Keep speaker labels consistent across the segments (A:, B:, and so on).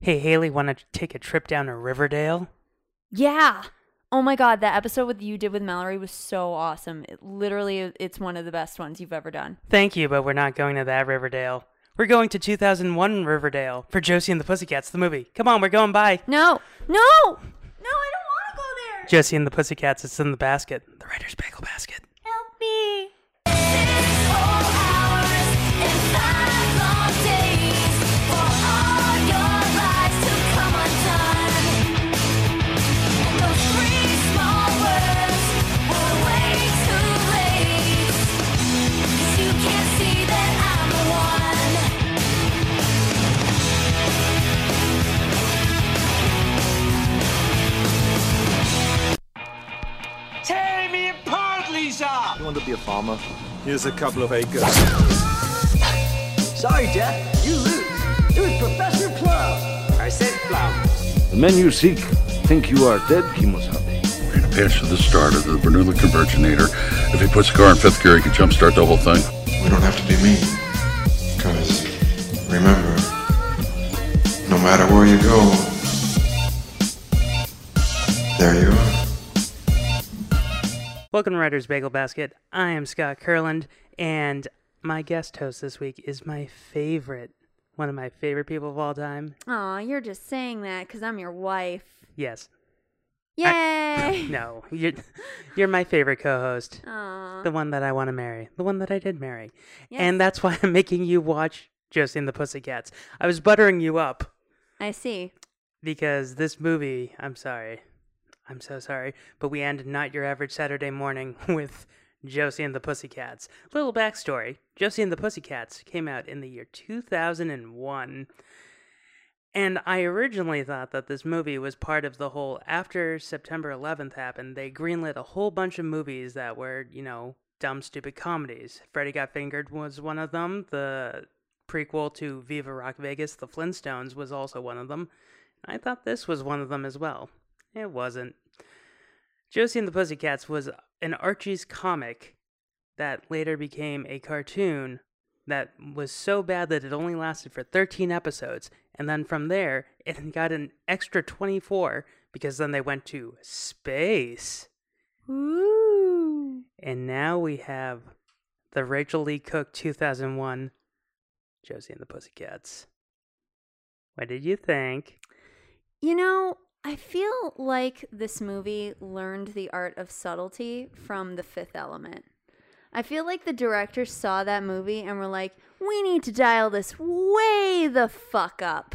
A: Hey, Haley, want to take a trip down to Riverdale?
B: Yeah. Oh my god, that episode with you did with Mallory was so awesome. It literally it's one of the best ones you've ever done.
A: Thank you, but we're not going to that Riverdale. We're going to 2001 Riverdale for Josie and the Pussycats, the movie. Come on, we're going by.
B: No. No. No, I don't want to go there.
A: Josie and the Pussycats, it's in the basket, the writer's bagel basket.
B: Help me.
C: Tear me apart, Lisa!
D: You want to be a farmer? Here's a couple of acres.
E: Sorry, Jeff, you lose. It was Professor Plum.
C: I said flower.
F: The men you seek think you are dead, Kimosabe.
G: We're gonna pitch to the starter, the Bernoulli Converginator. If he puts a car in fifth gear, he can jumpstart the whole thing.
H: We don't have to be mean. Because, remember, no matter where you go, there you are.
A: Welcome to Writer's Bagel Basket. I am Scott Curland, and my guest host this week is my favorite, one of my favorite people of all time.
B: Aw, you're just saying that cuz I'm your wife.
A: Yes.
B: Yay.
A: No, you're, you're my favorite co host,
B: Aw.
A: the one that I want to marry, the one that I did marry.
B: Yes.
A: And that's why I'm making you watch Josie and the Pussycats. I was buttering you up.
B: I see.
A: because this movie, I'm sorry, I'm so sorry, but we end not your average Saturday morning with Josie and the Pussycats. Little backstory Josie and the Pussycats came out in the year 2001. And I originally thought that this movie was part of the whole after September 11th happened, they greenlit a whole bunch of movies that were, you know, dumb, stupid comedies. Freddy Got Fingered was one of them. The prequel to Viva Rock Vegas, The Flintstones, was also one of them. I thought this was one of them as well. It wasn't. Josie and the Pussycats was an Archie's comic that later became a cartoon that was so bad that it only lasted for 13 episodes. And then from there, it got an extra 24 because then they went to space.
B: Ooh.
A: And now we have the Rachel Lee Cook 2001 Josie and the Pussycats. What did you think?
B: You know, I feel like this movie learned the art of subtlety from The Fifth Element. I feel like the director saw that movie and were like, we need to dial this way the fuck up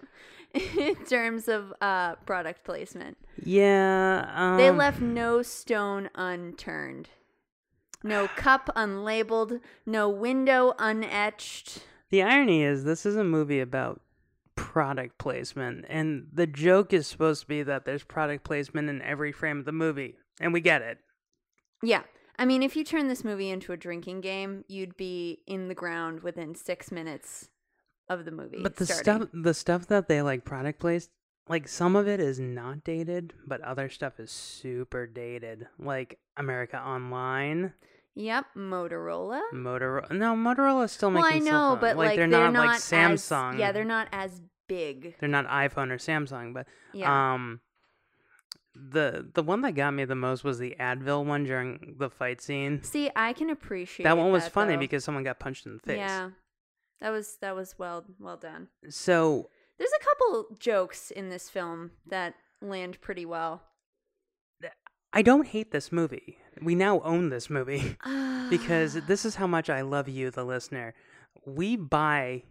B: in terms of uh, product placement.
A: Yeah. Um,
B: They left no stone unturned, no cup unlabeled, no window unetched.
A: The irony is, this is a movie about product placement, and the joke is supposed to be that there's product placement in every frame of the movie, and we get it.
B: Yeah. I mean, if you turn this movie into a drinking game, you'd be in the ground within six minutes of the movie.
A: But the
B: starting.
A: stuff, the stuff that they like product placed, like some of it is not dated, but other stuff is super dated. Like America Online,
B: Yep, Motorola.
A: Motorola. No, Motorola's still
B: Well, I
A: making cell
B: know,
A: phones.
B: but like,
A: they're, not, like
B: as-
A: Samsung.
B: yeah, they're not as big.
A: they're not iPhone or Samsung, but
B: Yeah.
A: um the the one that got me the most was the Advil one during the fight scene.
B: See, I can appreciate
A: That one was funny
B: though.
A: because someone got punched in the face.
B: yeah, that was that was well well done.
A: So
B: There's a couple jokes in this film that land pretty well.
A: I don't hate this movie. We now own this movie because this is how much I love you, the listener. We buy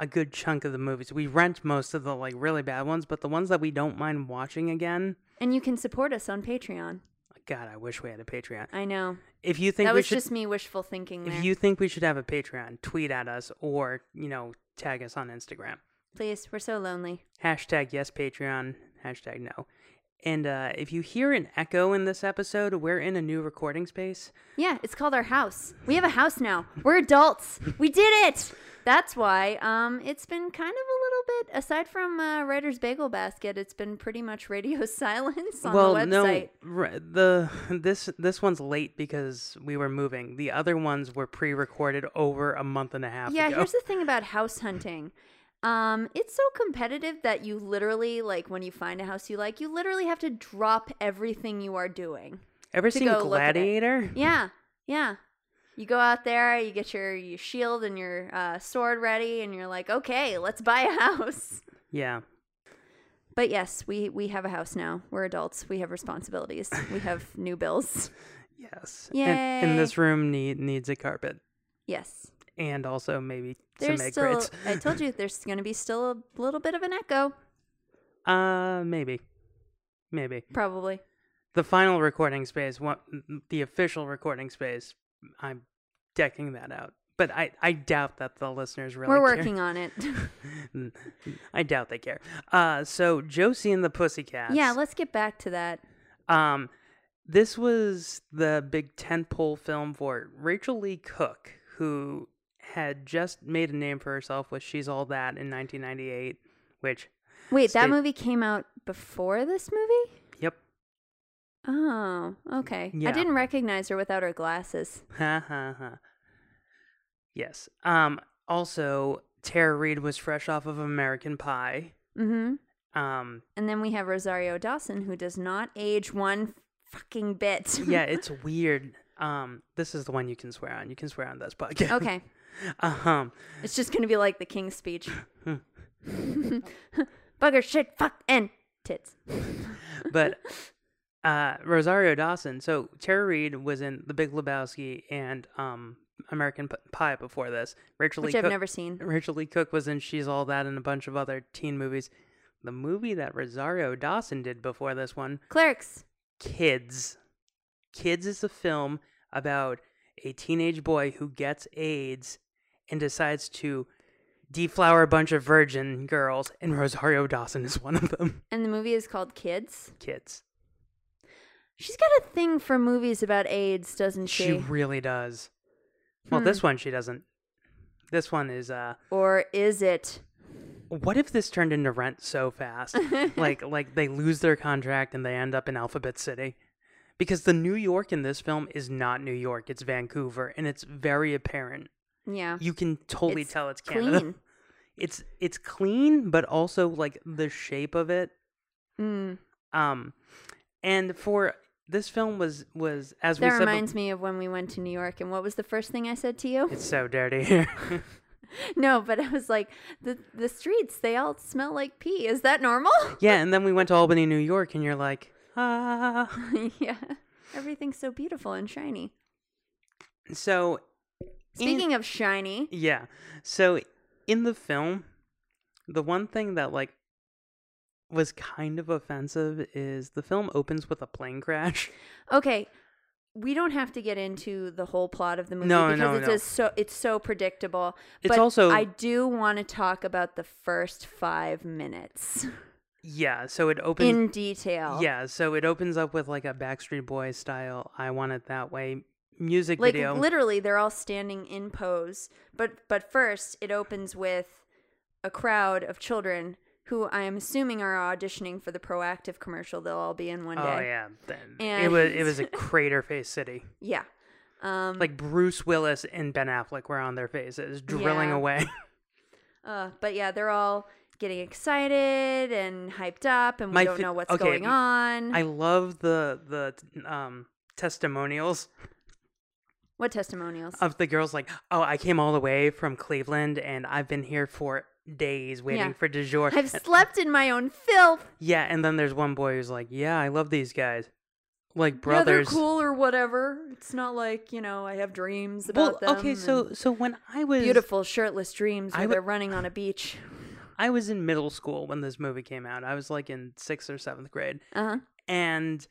A: a good chunk of the movies. We rent most of the like really bad ones, but the ones that we don't mind watching again.
B: And you can support us on Patreon.
A: God, I wish we had a Patreon.
B: I know
A: If you think
B: that
A: we
B: was
A: should,
B: just me wishful thinking. There,
A: If you think we should have a Patreon, tweet at us or, you know, tag us on Instagram.
B: please, we're so lonely.
A: Hashtag yes Patreon, hashtag no. And uh, if you hear an echo in this episode, we're in a new recording space.
B: Yeah, it's called our house. We have a house now. We're adults. We did it. That's why um, it's been kind of a little bit, aside from uh, Writer's Bagel Basket, it's been pretty much radio silence on
A: well,
B: the website.
A: no, r- the this this one's late because we were moving. The other ones were pre-recorded over a month and a half
B: yeah,
A: ago.
B: here's the thing about house hunting. Um, it's so competitive that you literally like when you find a house you like, you literally have to drop everything you are doing.
A: Ever
B: to
A: seen
B: go look at it.
A: Gladiator?
B: Yeah, yeah. You go out there, you get your, your shield and your uh, sword ready, and you're like, okay, let's buy a house.
A: Yeah.
B: But yes, we we have a house now. We're adults. We have responsibilities. We have new bills.
A: Yes. And, and this
B: Yay.
A: room need, needs a carpet
B: Yes.
A: and also maybe
B: There's
A: some egg
B: still
A: crates.
B: I told you there's going to be still a little bit of an echo
A: Uh, maybe. Maybe.
B: probably.
A: The final recording space, what, the official recording space, I'm decking that out. But I, I doubt that the listeners really
B: We're
A: care.
B: working on it.
A: I doubt they care. Uh, so Josie and the Pussycats.
B: yeah, let's get back to that.
A: Um, this was the big tentpole film for Rachel Lee Cook, who had just made a name for herself with "She's All That" in 1998. Which,
B: Wait,
A: Stay-
B: that movie came out before this movie?
A: yep,
B: Oh, okay.
A: Yeah.
B: I didn't recognize her without her glasses.
A: ha ha ha. Yes. Um. Also, Tara Reid was fresh off of American Pie.
B: Mm-hmm.
A: Um.
B: And then we have Rosario Dawson, who does not age one fucking bit.
A: Yeah, it's weird. Um. This is the one you can swear on. You can swear on this podcast.
B: okay.
A: Um.
B: It's just going to be like the King's speech. Bugger, shit, fuck, and tits.
A: but uh, Rosario Dawson. So Tara Reid was in The Big Lebowski and um, American P- Pie before this. Rachel
B: Which
A: Lee
B: I've
A: Cook,
B: never seen.
A: Rachel Lee Cook was in She's All That and a bunch of other teen movies. The movie that Rosario Dawson did before this one,
B: Clerks.
A: Kids. Kids is a film about a teenage boy who gets AIDS and decides to deflower a bunch of virgin girls, and Rosario Dawson is one of them.
B: And the movie is called Kids.
A: Kids.
B: She's got a thing for movies about AIDS, doesn't she?
A: She really does. Well, this one she doesn't. This one is uh
B: or is it?
A: what if this turned into rent so fast? like like they lose their contract and they end up in Alphabet City. Because the New York in this film is not New York, it's Vancouver and it's very apparent.
B: Yeah.
A: You can totally
B: It's
A: tell it's Canada.
B: clean.
A: It's it's clean but also like the shape of it
B: Mm.
A: um and for this film was was as we said
B: That
A: bef-
B: reminds me of when we went to New York, and what was the first thing I said to you?
A: it's so dirty here.
B: No, but I was like, the the streets they all smell like pee. Is that normal?
A: Yeah, and then we went to Albany, New York, and you're like, ah.
B: yeah, everything's so beautiful and shiny.
A: So,
B: Speaking of shiny,
A: yeah. So, in the film, the one thing that, like, was kind of offensive is the film opens with a plane crash.
B: okay, we don't have to get into the whole plot of the movie
A: No,
B: because
A: no,
B: it's
A: no.
B: a- so it's so predictable.
A: It's
B: but
A: also-
B: I do want to talk about the first five minutes
A: Yeah, so it opens.
B: in detail.
A: yeah, so it opens up with, like, a Backstreet Boys style, I Want It That Way music
B: like
A: video.
B: literally they're all standing in pose but but first it opens with a crowd of children who i am assuming are auditioning for the proactive commercial they'll all be in one
A: oh,
B: day
A: yeah. then It
B: And-
A: was, it was a crater face city.
B: yeah um
A: Like, Bruce Willis and Ben Affleck were on their faces, drilling
B: Yeah.
A: away.
B: uh, but yeah they're all getting excited and hyped up and we
A: My
B: don't
A: fa-
B: know what's
A: okay,
B: going on
A: I love the the t- um testimonials
B: what testimonials
A: of the girls like, "Oh, I came all the way from Cleveland and I've been here for days waiting
B: Yeah.
A: for du jour."
B: i've slept in my own filth
A: yeah, and then there's one boy who's like, "Yeah, I love these guys." Like
B: yeah they're
A: brothers.
B: cool or whatever it's not like you know i have dreams
A: Well,
B: about them
A: okay,
B: and
A: so so when I was
B: beautiful shirtless dreams
A: I
B: where
A: w-
B: they're running on a beach
A: I was in middle school when this movie came out. I was like in 6th or 7th grade.
B: uh-huh
A: And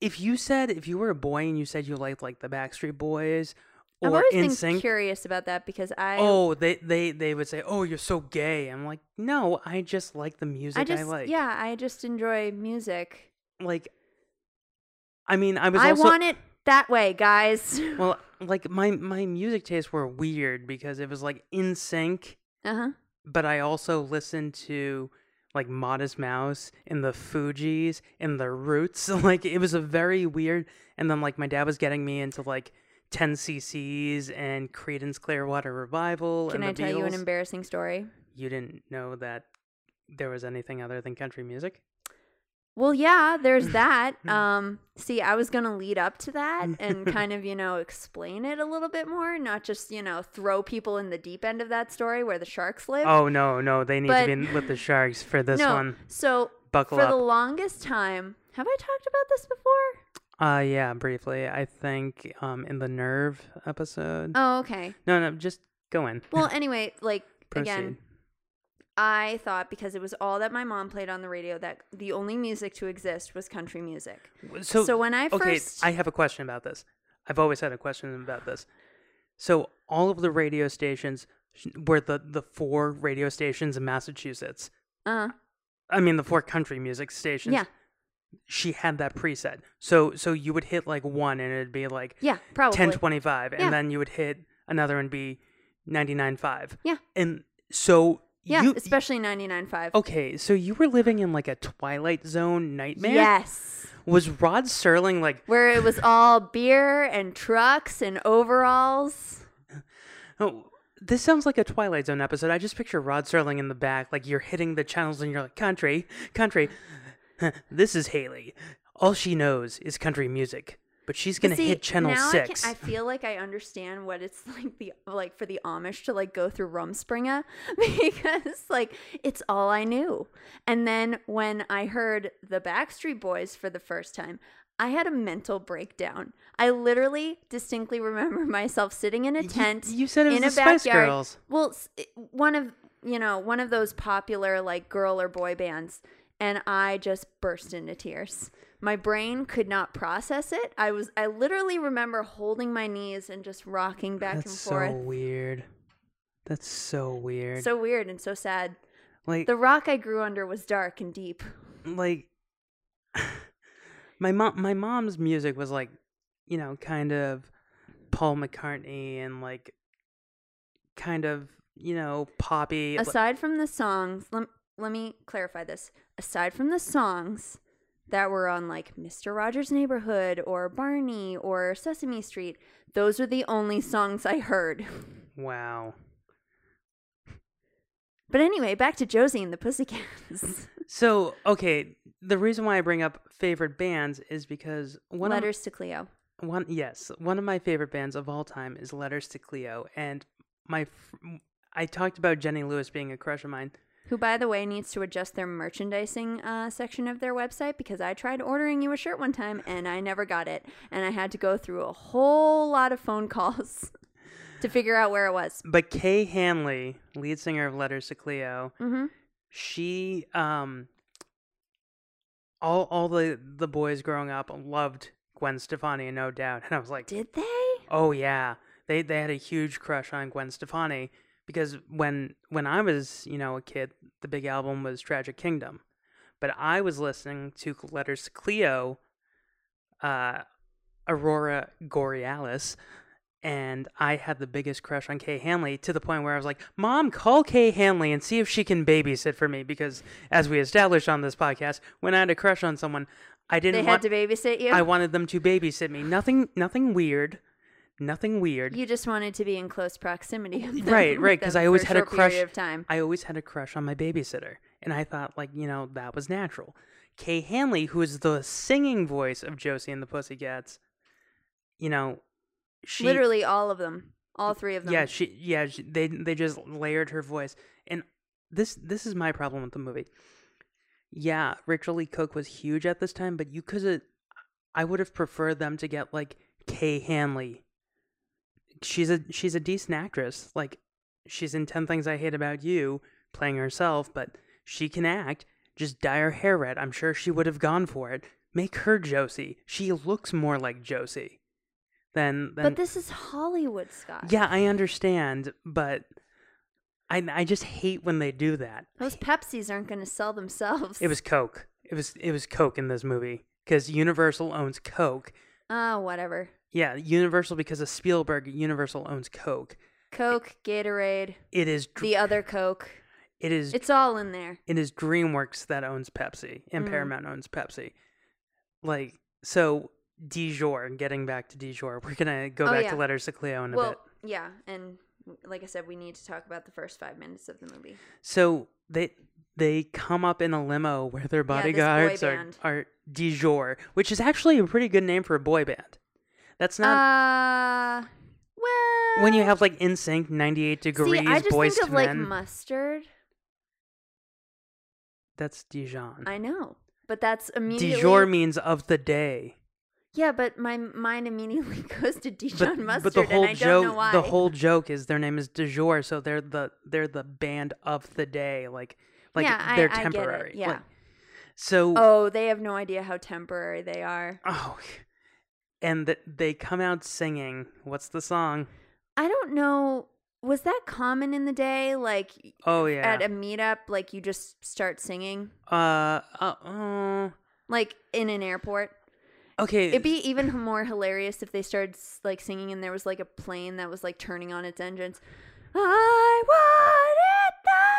A: if you said if you were a boy and you said you liked like the Backstreet Boys
B: I've
A: or
B: always
A: in
B: been
A: sync
B: curious about that because I
A: oh they, they they would say oh you're so gay i'm like no i just like the music
B: I
A: i,
B: just
A: like
B: yeah, I just enjoy music.
A: like i mean i was
B: I
A: also
B: want it that way, guys.
A: well like my my music tastes were weird because it was like in sync
B: Uh-huh.
A: but i also listened to like modest mouse and the fugees and the roots like it was a very weird and then like my dad was getting me into like 10 cc's and credence clearwater revival
B: Can
A: and
B: I
A: the
B: tell you an
A: Beatles.
B: embarrassing story?
A: you didn't know that there was anything other than country music?
B: Well, yeah, there's that. Um, see, I was gonna lead up to that and kind of, you know, explain it a little bit more, not just, you know, throw people in the deep end of that story where the sharks live.
A: Oh no, no, they need to
B: But-
A: be in with the sharks for this
B: no.
A: one.
B: So
A: Buckle
B: for
A: up.
B: the longest time, have I talked about this before?
A: Uh yeah, briefly. I think um in the nerve episode.
B: Oh, okay.
A: No, no, just go in.
B: Well, anyway, like
A: Proceed.
B: again, I thought because it was all that my mom played on the radio that the only music to exist was country music.
A: so,
B: so when I
A: okay,
B: first-
A: I have a question about this. I've always had a question about this. So all of the radio stations sh- were the the four radio stations in Massachusetts.
B: Uh,
A: I mean, the four country music stations.
B: yeah,
A: She had that preset. So so you would hit like one, and it'd be like
B: yeah, probably.
A: ten twenty five, and
B: Yeah.
A: then you would hit another and be ninety nine five.
B: Yeah.
A: And so
B: Yeah,
A: you, Oh,
B: especially 99.5.
A: Okay, so you were living in like a Twilight Zone nightmare.
B: Yes.
A: Was Rod Serling like,
B: Where it was all beer and trucks and overalls.
A: oh, this sounds like a Twilight Zone episode. I just picture Rod Serling in the back, like you're hitting the channels and you're like, country, country. this is Haley. All she knows is country music, but she's gonna
B: See,
A: hit channel
B: now
A: six.
B: I, can, I feel like I understand what it's like the like for the Amish to like go through Rumspringa because like it's all I knew. And then when I heard the Backstreet Boys for the first time, I had a mental breakdown. I literally distinctly remember myself sitting in a
A: You-
B: tent.
A: you said it was
B: in
A: the
B: a
A: Spice
B: backyard.
A: Girls.
B: Well, s- it- one of you know one of those popular like girl or boy bands, and I just burst into tears. My brain could not process it. I was I literally remember holding my knees and just rocking back
A: That's
B: and
A: so
B: forth.
A: weird. That's so weird.
B: So weird and so sad.
A: like,
B: The rock I grew under was dark and deep.
A: like my mom my mom's music was like you know kind of paul mccartney and like kind of you know poppy like-
B: aside from the songs let, let me clarify this aside from the songs that were on like mr rogers neighborhood or barney or sesame street those are the only songs i heard
A: wow
B: but anyway back to josie and the pussycats
A: so okay the reason why i bring up favorite bands is because one of-
B: letters to cleo
A: One yes, one of my favorite bands of all time is Letters to Cleo, and my f- I talked about Jenny Lewis being a crush of mine.
B: who by the way needs to adjust their merchandising uh, section of their website because i tried ordering you a shirt one time and i never got it and i had to go through a whole lot of phone calls to figure out where it was
A: But Kay Hanley, lead singer of Letters to Cleo,
B: Mhm.
A: she um all all the the boys growing up loved Gwen Stefani, no doubt. And I was like,
B: did they
A: "Oh yeah, they they had a huge crush on Gwen Stefani because when when I was, you know, a kid, the big album was Tragic Kingdom. But I was listening to Letters to Cleo uh Aurora Borealis and I had the biggest crush on Kay Hanley to the point where I was like, Mom, call Kay Hanley and see if she can babysit for me. Because as we established on this podcast, when I had a crush on someone, I didn't
B: They
A: want,
B: had to babysit you.
A: I wanted them to babysit me. Nothing, nothing weird. Nothing weird.
B: you just wanted to be in close proximity. Of them,
A: right, right.
B: with
A: Because
B: them
A: I always
B: for
A: had a
B: short
A: crush.
B: Period of time.
A: I always had a crush on my babysitter, and I thought, like, you know, that was natural. Kay Hanley, who is the singing voice of Josie and the Pussycats, you know, she
B: Literally all of them, all three of them.
A: Yeah, she. Yeah, she, they they just layered her voice, and this this is my problem with the movie. Yeah, Rachel Lee Cook was huge at this time, but you could. I would have preferred them to get like Kay Hanley. She's a she's a decent actress. Like, she's in Ten Things I Hate About You, playing herself, but she can act. Just dye her hair red. I'm sure she would have gone for it. Make her Josie. She looks more like Josie than than
B: but this is Hollywood, Scott.
A: yeah, I understand, but I I just hate when they do that.
B: those Pepsis aren't going to sell themselves.
A: It was Coke. It was it was Coke in this movie because Universal owns Coke.
B: Ah, whatever.
A: Yeah, Universal because of Spielberg. Universal owns Coke.
B: Coke, Gatorade,
A: It is dr-
B: the other Coke.
A: it is
B: It's all in there.
A: it is DreamWorks that owns Pepsi and
B: Mm.
A: Paramount owns Pepsi. Like so, Dijour. Getting back to Dijour, we're gonna go
B: Oh,
A: back
B: yeah.
A: to Letters to Cleo in a
B: Well,
A: bit.
B: yeah, and like I said, we need to talk about the first five minutes of the movie.
A: So they they come up in a limo where their
B: boy
A: bodyguards are
B: band.
A: are de jour, which is actually a pretty good name for a boy band. That's not
B: Uh, well,
A: Um, when you have like in sync, ninety eight degrees,
B: Uh, see, I just
A: boys
B: think
A: to
B: of like
A: men.
B: mustard.
A: That's Dijon.
B: I know, but that's immediately.
A: Dijon means of the day.
B: Yeah, but my mind immediately goes to Dijon
A: But,
B: mustard,
A: but the
B: and
A: whole
B: I
A: joke,
B: don't know why.
A: the whole joke is their name is de jour, so they're the they're the band of the day, like like
B: Yeah, I-
A: they're
B: I get it,
A: temporary.
B: yeah.
A: Like, so
B: Oh, they have no idea how temporary they are.
A: Oh, and th- they come out singing. What's the song?
B: I don't know. Was that common in the day? Like
A: Oh
B: at a
A: yeah.
B: meetup, like you just start singing,
A: uh, uh,
B: like in an airport.
A: uh, okay.
B: It'd be even more hilarious if they started s- like singing and there was like a plane that was like turning on its engines. I want it that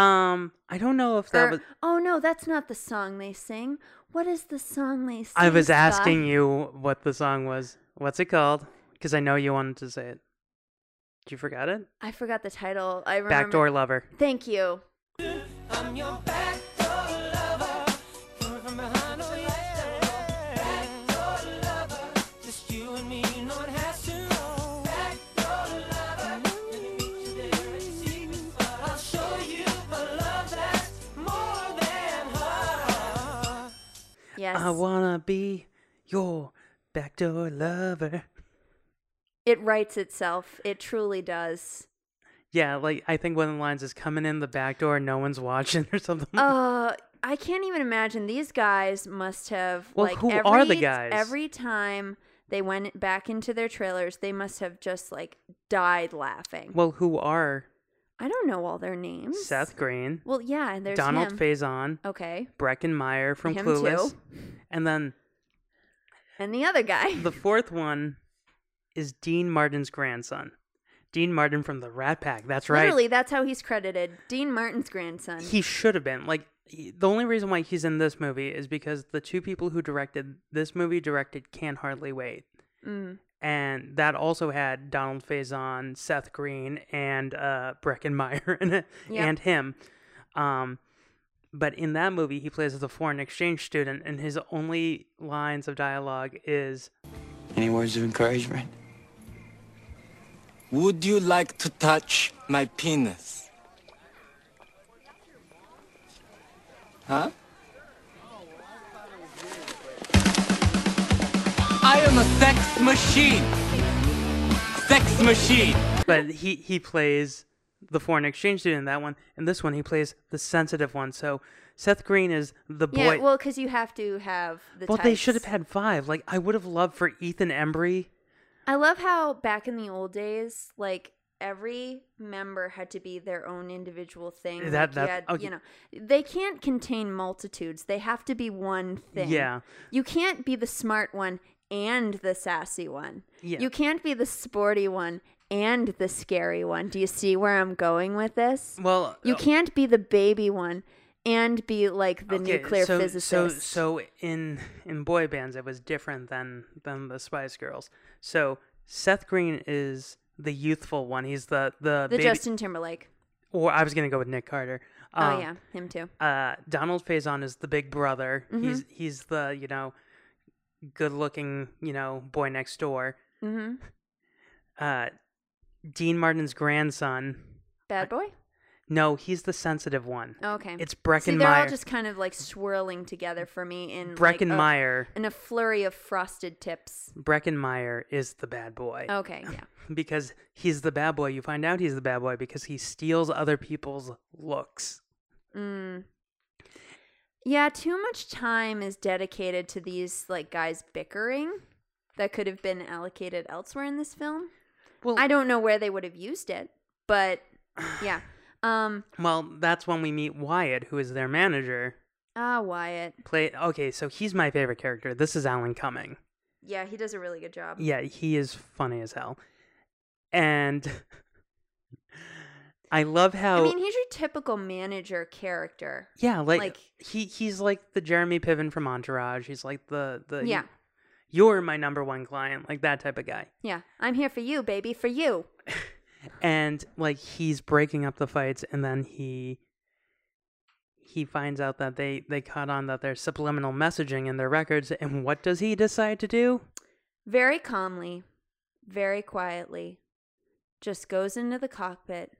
A: um, I don't know if that
B: way. Or,
A: was.
B: oh no, that's not the song they sing. What is the song they sing?
A: I was
B: Scott?
A: asking you what the song was. What's it called? Because I know you wanted to say it. Did you forget it?
B: I forgot the title. I remember.
A: Backdoor Lover.
B: Thank you. Yes.
A: I wanna be your backdoor lover.
B: it writes itself. It truly does.
A: Yeah, like I think one of the lines is coming in the back door, no one's watching or something.
B: Uh, I can't even imagine. These guys must have
A: Well,
B: like
A: who
B: every,
A: are the guys?
B: Every time they went back into their trailers, they must have just like died laughing.
A: well, who are
B: I don't know all their names.
A: Seth Green,
B: Well, yeah, and there's
A: Donald
B: him.
A: Faison,
B: Okay,
A: Breckenmeyer from
B: Him
A: Clueless.
B: too.
A: And then
B: and the other guy.
A: the fourth one is Dean Martin's grandson. Dean Martin from the Rat Pack. That's right.
B: Literally, that's how he's credited. Dean Martin's grandson.
A: He should have been. Like he- the only reason why he's in this movie is because the two people who directed this movie directed Can Hardly Wait.
B: Mm.
A: And that also had Donald Faison, Seth Green, and uh, Breckenmeyer in it,
B: Yeah.
A: and him. Um, but in that movie, he plays the foreign exchange student, and his only lines of dialogue is
I: Any words of encouragement?
E: Would you like to touch my penis? Huh? I am a sex machine. Sex machine.
A: but he he plays the foreign exchange student in that one, and this one he plays the sensitive one. So Seth Green is the boy.
B: yeah, well, because you have to have the.
A: Well, they
B: types.
A: should have had five. Like I would have loved for Ethan Embry.
B: I love how back in the old days, like every member had to be their own individual thing.
A: That-
B: like, you
A: that-
B: had-
A: okay.
B: you know, they can't contain multitudes. They have to be one thing.
A: Yeah.
B: you can't be the smart one and the sassy one.
A: Yeah.
B: you can't be the sporty one and the scary one. Do you see where I'm going with this?
A: Well,
B: you
A: uh,
B: can't be the baby one and be like the
A: okay,
B: nuclear
A: so,
B: physicist.
A: So so in in boy bands it was different than than the Spice Girls. So Seth Green is the youthful one. He's the the,
B: the
A: baby,
B: Justin Timberlake.
A: or I was gonna go with Nick Carter.
B: Oh
A: Um,
B: yeah, him too.
A: uh, Donald Faison is the big brother.
B: Mm-hmm.
A: He's he's the you know good looking you know boy next door.
B: hmm
A: Uh, Dean Martin's grandson.
B: Bad boy.
A: No, he's the sensitive one.
B: Oh, Okay.
A: It's
B: See, they're all
A: Breckenmeyer.
B: just kind of like swirling together for me in like, oh. a-
A: Breckenmeyer.
B: in a flurry of frosted tips.
A: Breckenmeyer is the bad boy
B: Okay, yeah.
A: because he's the bad boy. You find out he's the bad boy because he steals other people's looks.
B: Mm. Yeah, too much time is dedicated to these like guys bickering that could have been allocated elsewhere in this film.
A: Well,
B: I don't know where they would have used it, but yeah. Um
A: well, that's when we meet Wyatt, who is their manager.
B: ah Wyatt.
A: Play okay, so he's my favorite character. This is Alan Cumming.
B: Yeah, he does a really good job.
A: Yeah, he is funny as hell. And I love how
B: I mean, he's your typical manager character.
A: yeah, like,
B: like-
A: he he's like the Jeremy Piven from Entourage. He's like the the
B: Yeah.
A: You're my number one client, like that type of guy.
B: Yeah, I'm here for you, baby, for you.
A: and like he's breaking up the fights and then he he finds out that they they caught on that there's subliminal messaging in their records and what does he decide to do
B: Very calmly, very quietly, just goes into the cockpit,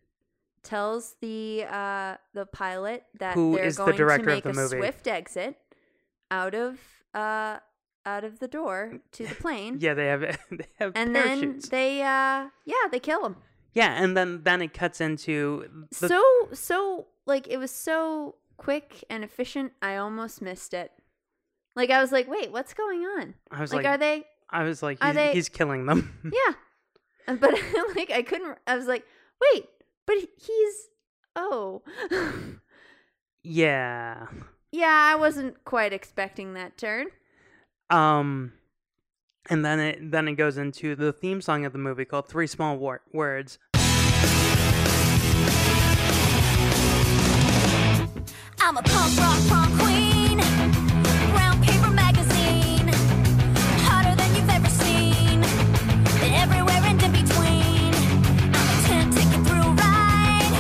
B: tells the uh, the pilot that
A: Who
B: they're
A: is the
B: going
A: director
B: to
A: of
B: make
A: the
B: a
A: movie?
B: swift exit out of uh, out of the door to the plane.
A: yeah they have they have
B: and
A: parachutes
B: then they uh, yeah they kill him.
A: yeah and then then it cuts into the,
B: so so like it was so quick and efficient. I almost missed it. Like I was like, wait, what's going on?
A: I was
B: like,
A: like-
B: are they
A: i was like
B: are
A: he's,
B: they-
A: he's killing them
B: Yeah. Uh, But like I couldn't I was like, "Wait, but he- he's oh."
A: yeah
B: yeah, I wasn't quite expecting that turn.
A: um and then it then it goes into the theme song of the movie called three small Wor- words
J: I'm a punk rock prom queen. Brown paper magazine. Hotter than you've ever seen. And everywhere and in between. I'm a 10 ticket through ride.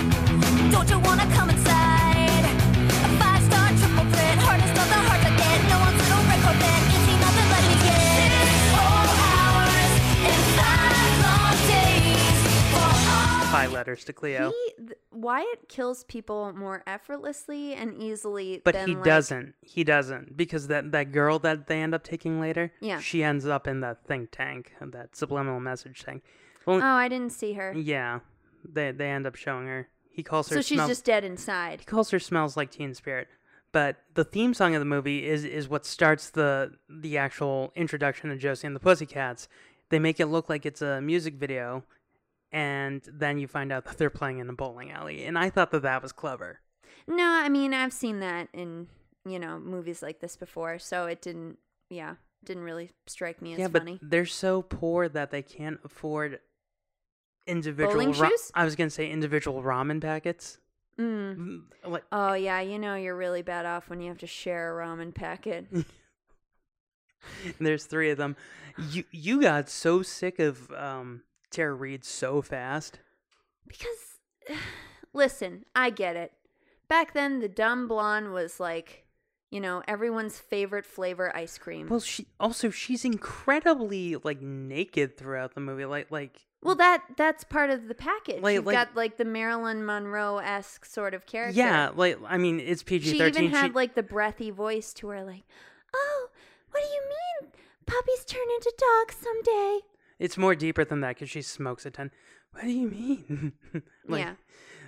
J: Don't you wanna come inside? A five star triple threat. Hardest of the hard to get. No one's little record that it's nothing but me get. Six whole hours and five long days. For all
A: five letters to cleo
B: He th- Wyatt kills people more effortlessly and easily
A: But
B: than,
A: he
B: like-
A: doesn't. He doesn't because that that girl that they end up taking later,
B: Yeah.
A: she ends up in that think tank, that subliminal message thing. Well,
B: Oh, I didn't see her.
A: yeah, they they end up showing her. He calls her.
B: So she's
A: smell-
B: just dead inside.
A: He calls her smells like Teen Spirit, but the theme song of the movie is is what starts the the actual introduction to Josie and the Pussycats. They make it look like it's a music video, and then you find out that they're playing in a bowling alley. And I thought that that was clever.
B: No, I mean, I've seen that in, you know, movies like this before, so it didn't yeah, didn't really strike me as
A: yeah,
B: funny.
A: but they're so poor that they can't afford individual.
B: Bowling
A: ra-
B: shoes?
A: I was gonna say individual ramen packets.
B: Mm.
A: Mm, Like
B: Oh yeah, you know you're really bad off when you have to share a ramen packet.
A: there's three of them. You you got so sick of um Tara Reid so fast.
B: Because listen, I get it. Back then the dumb blonde was like, you know, everyone's favorite flavor ice cream.
A: Well,
B: Well,
A: she also she's incredibly like naked throughout the movie. Like like
B: that that's part of the package.
A: Like-
B: You've
A: like-
B: got like the Marilyn Monroe esque sort of character.
A: yeah, like I mean it's PG
B: She
A: thirteen.
B: even had like the breathy voice to her like, Oh, what do you mean? Puppies turn into dogs someday.
A: it's more deeper than that because she smokes a ton. What do you mean? like,
B: yeah.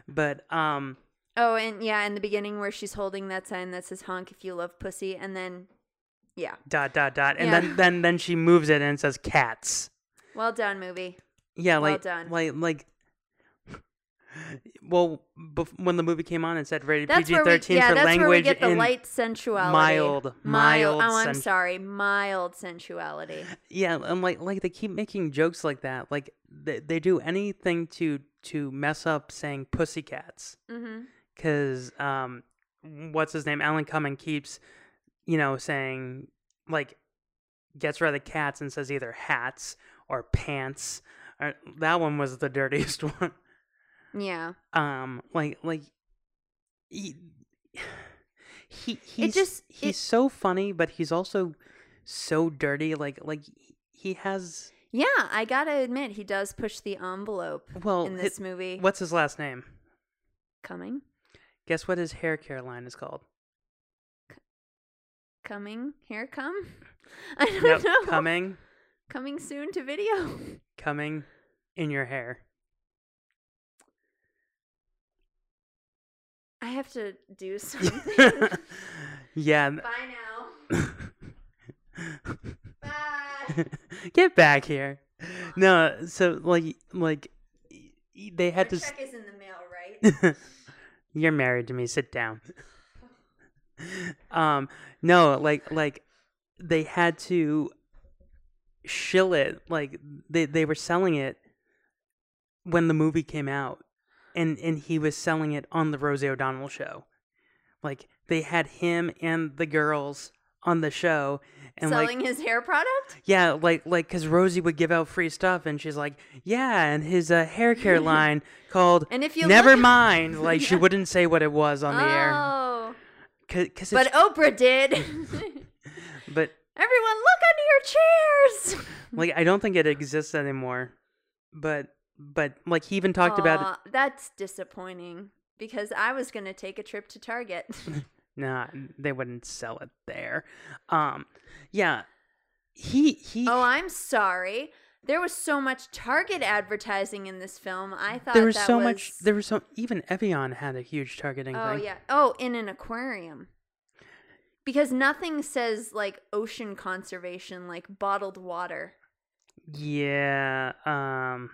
A: But um.
B: Oh, and yeah, in the beginning where she's holding that sign that says honk if you love pussy, and then, yeah.
A: dot dot dot and
B: Yeah.
A: then then then she moves it and it says cats
B: Well done, movie.
A: yeah
B: Well
A: like
B: done.
A: like like well bef- when the movie came on it said rated
B: That's where we,
A: pg-13
B: yeah,
A: for
B: that's where we
A: language
B: get the
A: in-
B: light sensuality.
A: mild- mild
B: Oh, I'm
A: sensu-
B: sorry, mild sensuality.
A: yeah and like like they keep making jokes like that like they, they do anything to to mess up saying pussycats
B: Mm-hmm.
A: because um what's his name alan cumming keeps you know saying like gets rid of the cats and says either hats or pants or, that one was the dirtiest one
B: Yeah,
A: um like like he he he's,
B: just-
A: he's
B: it-
A: so funny but he's also so dirty like like he has
B: yeah. I gotta admit, he does push the envelope
A: well
B: in
A: hi-
B: this movie.
A: what's his last name
B: coming?
A: guess what his hair care line is called
B: Coming? Here come? I don't
A: Nope,
B: know.
A: coming
B: Coming soon to video.
A: coming in your hair
B: I have to do something.
A: yeah n-
B: Bye now. Bye.
A: get back here no so like like y- y- they had to
B: My
A: s-
B: check is in the mail, right?
A: You're married to me. Sit down. um, no, like like they had to shill it. Like they they were selling it when the movie came out, and and he was selling it on the Rosie O'Donnell show. Like they had him and the girls on the show and like
B: Selling his hair product?
A: yeah like like because rosie would give out free stuff and she's like yeah and his uh, hair care line called
B: And if you
A: never
B: look-
A: mind like she wouldn't say what it was on the air
B: Oh.
A: because
B: But uh, Oprah did.
A: but
B: Everyone, look under your chairs.
A: like i don't think it exists anymore but but like he even talked about it
B: Aw, That's disappointing because I was going to take a trip to Target.
A: nah they wouldn't sell it there um yeah he he
B: oh, I'm sorry. There was so much Target advertising in this film. I thought
A: there was
B: that
A: so
B: was...
A: much there was so even evian had a huge targeting
B: Oh
A: thing
B: yeah. Oh, in an aquarium. Because nothing says like ocean conservation like bottled water.
A: Yeah. Um.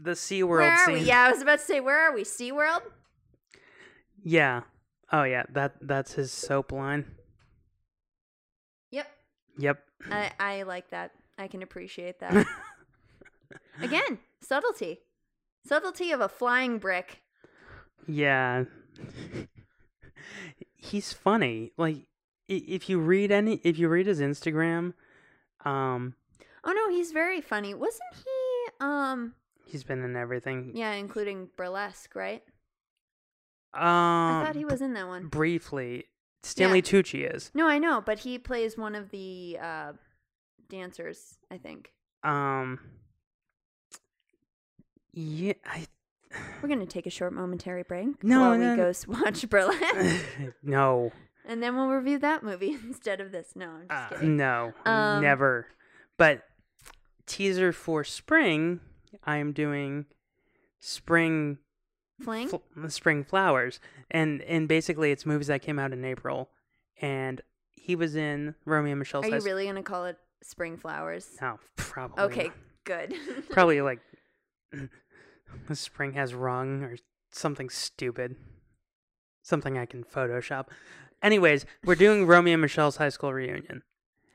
A: The SeaWorld
B: where are
A: scene.
B: we? Yeah, I was about to say, where are we? SeaWorld?
A: Yeah. Oh yeah. That that's his soap line.
B: Yep.
A: Yep.
B: I, I like that. I can appreciate that. Again, subtlety. Subtlety of a flying brick.
A: Yeah. He's funny. Like i- if you read any if you read his Instagram, um
B: Oh no, he's very funny. Wasn't he um
A: he's been in everything.
B: yeah, including burlesque, right?
A: Um
B: I thought he was in that one.
A: briefly Stanley Tucci is.
B: No, I know, but he plays one of the uh dancers, I think.
A: Um Yeah, I
B: We're going to take a short momentary break
A: No,
B: while
A: no,
B: we
A: no.
B: go s- watch Burlesque.
A: no.
B: and then we'll review that movie instead of this. No, I'm just
A: Uh,
B: kidding.
A: no,
B: Um,
A: never. But teaser for spring, I am doing spring
B: Fling?
A: fl- spring flowers, and and basically it's movies that came out in April, and he was in Romeo and Michelle's.
B: Are you
A: High Oh, School-
B: really going to call it Spring Flowers?
A: No, probably.
B: Okay,
A: not.
B: good.
A: Probably like the spring has rung or something stupid, something I can Photoshop. Anyways, we're doing Romeo and Michelle's high school reunion,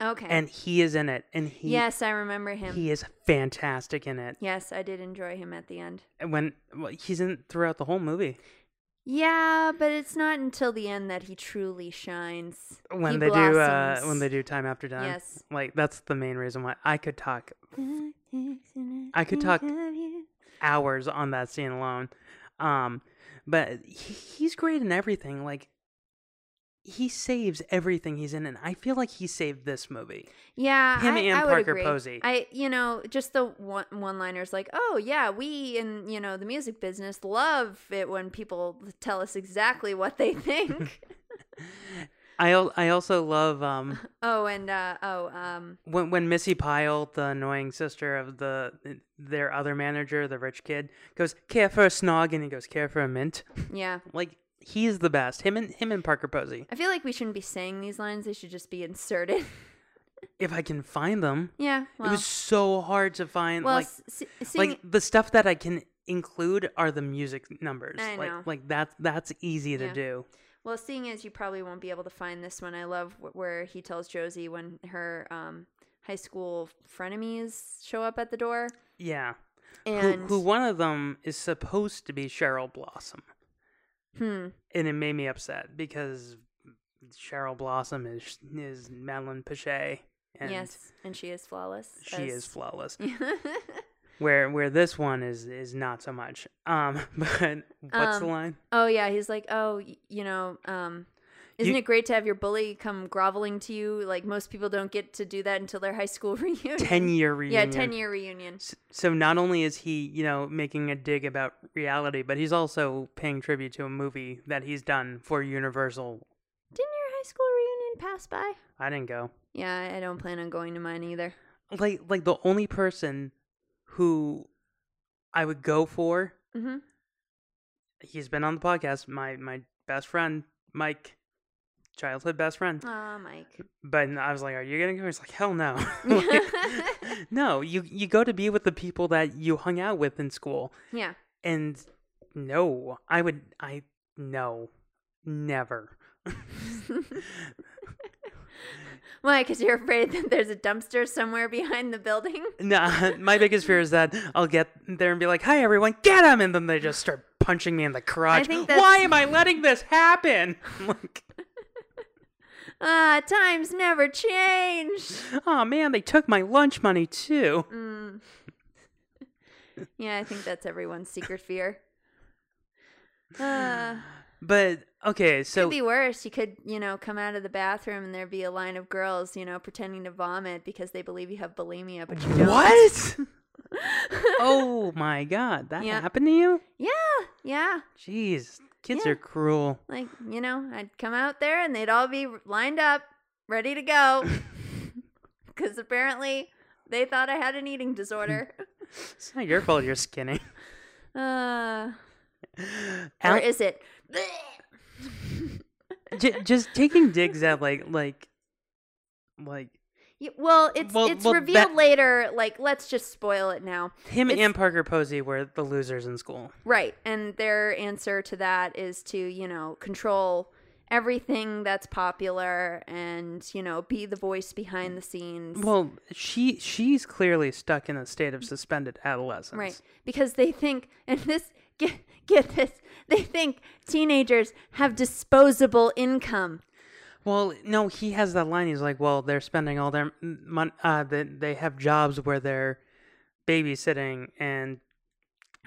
B: okay.
A: and he is in it, and he
B: yes, I remember him.
A: He is fantastic in it.
B: yes, I did enjoy him at the end.
A: And When well, he's in throughout the whole movie.
B: Yeah, but it's not until the end that he truly shines.
A: When
B: He
A: they do uh,
B: blossoms.
A: when they do time after time.
B: Yes.
A: Like that's the main reason why I could talk I could talk hours on that scene alone. Um but he, he's great in everything. Like he saves everything he's in and I feel like he saved this movie.
B: Yeah,
A: Him
B: I,
A: and
B: I would
A: Parker
B: agree.
A: Posey.
B: I, you know, just the one one-liners like, "Oh yeah, we in you know the music business love it when people tell us exactly what they think."
A: I al- I also love um
B: oh, and uh, oh, um,
A: when when Missy Pyle, the annoying sister of the their other manager, the rich kid, goes care for a snog, and he goes care for a mint.
B: yeah.
A: Like he's the best. Him and him and Parker Posey.
B: I feel like we shouldn't be saying these lines; they should just be inserted.
A: If I can find them,
B: yeah, well,
A: it was so hard to find.
B: well,
A: like
B: s- s- seeing,
A: like the stuff that I can include are the music numbers.
B: I
A: like
B: know.
A: like that's that's easy to
B: Yeah.
A: do.
B: well, seeing as you probably won't be able to find this one, I love wh- where he tells Josie when her um, high school frenemies show up at the door,
A: Yeah.
B: and
A: who, who one of them is supposed to be Cheryl Blossom.
B: hmm,
A: and it made me upset because Cheryl Blossom is is Madeline Pichet, and
B: yes, and she is flawless.
A: she is
B: as-
A: flawless. where where this one is is not so much. Um, but what's the
B: Um,
A: line?
B: oh yeah, he's like, oh, y- you know, um. Isn't
A: You-
B: it great to have your bully come groveling to you? Like most people don't get to do that until their high school reunion.
A: Ten year reunion.
B: Yeah, ten year reunion.
A: S- So not only is he you know making a dig about reality, but he's also paying tribute to a movie that he's done for Universal.
B: Didn't your high school reunion pass by?
A: I didn't go.
B: Yeah, I- I don't plan on going to mine either.
A: Like like the only person who I would go for
B: hmm
A: he's been on the podcast. My my best friend, Mike, childhood best friend.
B: Oh, Mike.
A: But I was like, "Are you gonna go?" He's like, "Hell no, Like, no." You you go to be with the people that you hung out with in school,
B: Yeah.
A: and no, I would I no, never.
B: Why? Because you're afraid that there's a dumpster somewhere behind the building?
A: Nah, my biggest fear is that I'll get there and be like, "Hi, everyone, get him!" and then they just start punching me in the crotch.
B: think that's-
A: Why am I letting this happen? I'm like,
B: Ah, times never change.
A: oh man, they took my lunch money too.
B: Mm. Yeah, I think that's everyone's secret fear. Uh,
A: But okay,
B: could
A: so
B: be worse. You could, you know, come out of the bathroom and there'd be a line of girls, you know, pretending to vomit because they believe you have bulimia, but you don't.
A: what? oh my god, that
B: Yeah.
A: happened to you?
B: Yeah, yeah.
A: Jeez, kids
B: Yeah.
A: are cruel.
B: Like, you know, I'd come out there and they'd all be lined up, ready to go. Because apparently they thought I had an eating disorder.
A: It's not your fault you're skinny.
B: Uh, or
A: Al-
B: is it?
A: J- just taking digs at like like like
B: Y- Well, it's
A: Well-
B: it's
A: well,
B: revealed
A: that-
B: later. Like, let's just spoil it now.
A: him
B: It's-
A: and Parker Posey were the losers in school.
B: Right. And their answer to that is to, you know, control everything that's popular and, you know, be the voice behind the scenes.
A: Well, she she's clearly stuck in a state of suspended adolescence.
B: right. Because they think, and this, get, get this, they think teenagers have disposable income.
A: Well, no, he has that line. He's like, "Well, they're spending all their money. Uh, they they have jobs where they're babysitting and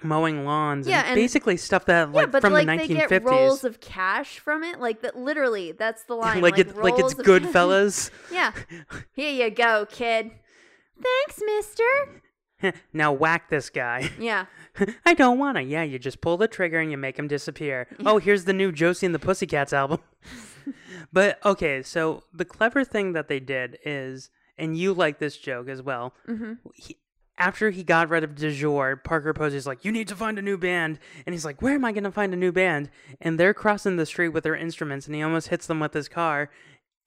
A: mowing lawns.
B: Yeah,
A: and,
B: and-
A: basically stuff that like
B: yeah, but
A: from
B: like
A: the
B: they
A: nineteen
B: get
A: fifties.
B: rolls of cash from it. Like that, literally, that's the line.
A: Like, it, like it's
B: rolls of-
A: Goodfellas.
B: yeah. Here you go, kid. Thanks, mister.
A: now whack this guy.
B: Yeah.
A: I don't wanna. Yeah, you just pull the trigger and you make him disappear. Oh, here's the new Josie and the Pussycats album. but okay, so the clever thing that they did is, and you like this joke as well.
B: Mm-hmm.
A: He, after he got rid of De Jour, Parker Posey's like, "You need to find a new band," and he's like, "Where am I gonna find a new band?" And they're crossing the street with their instruments, and he almost hits them with his car.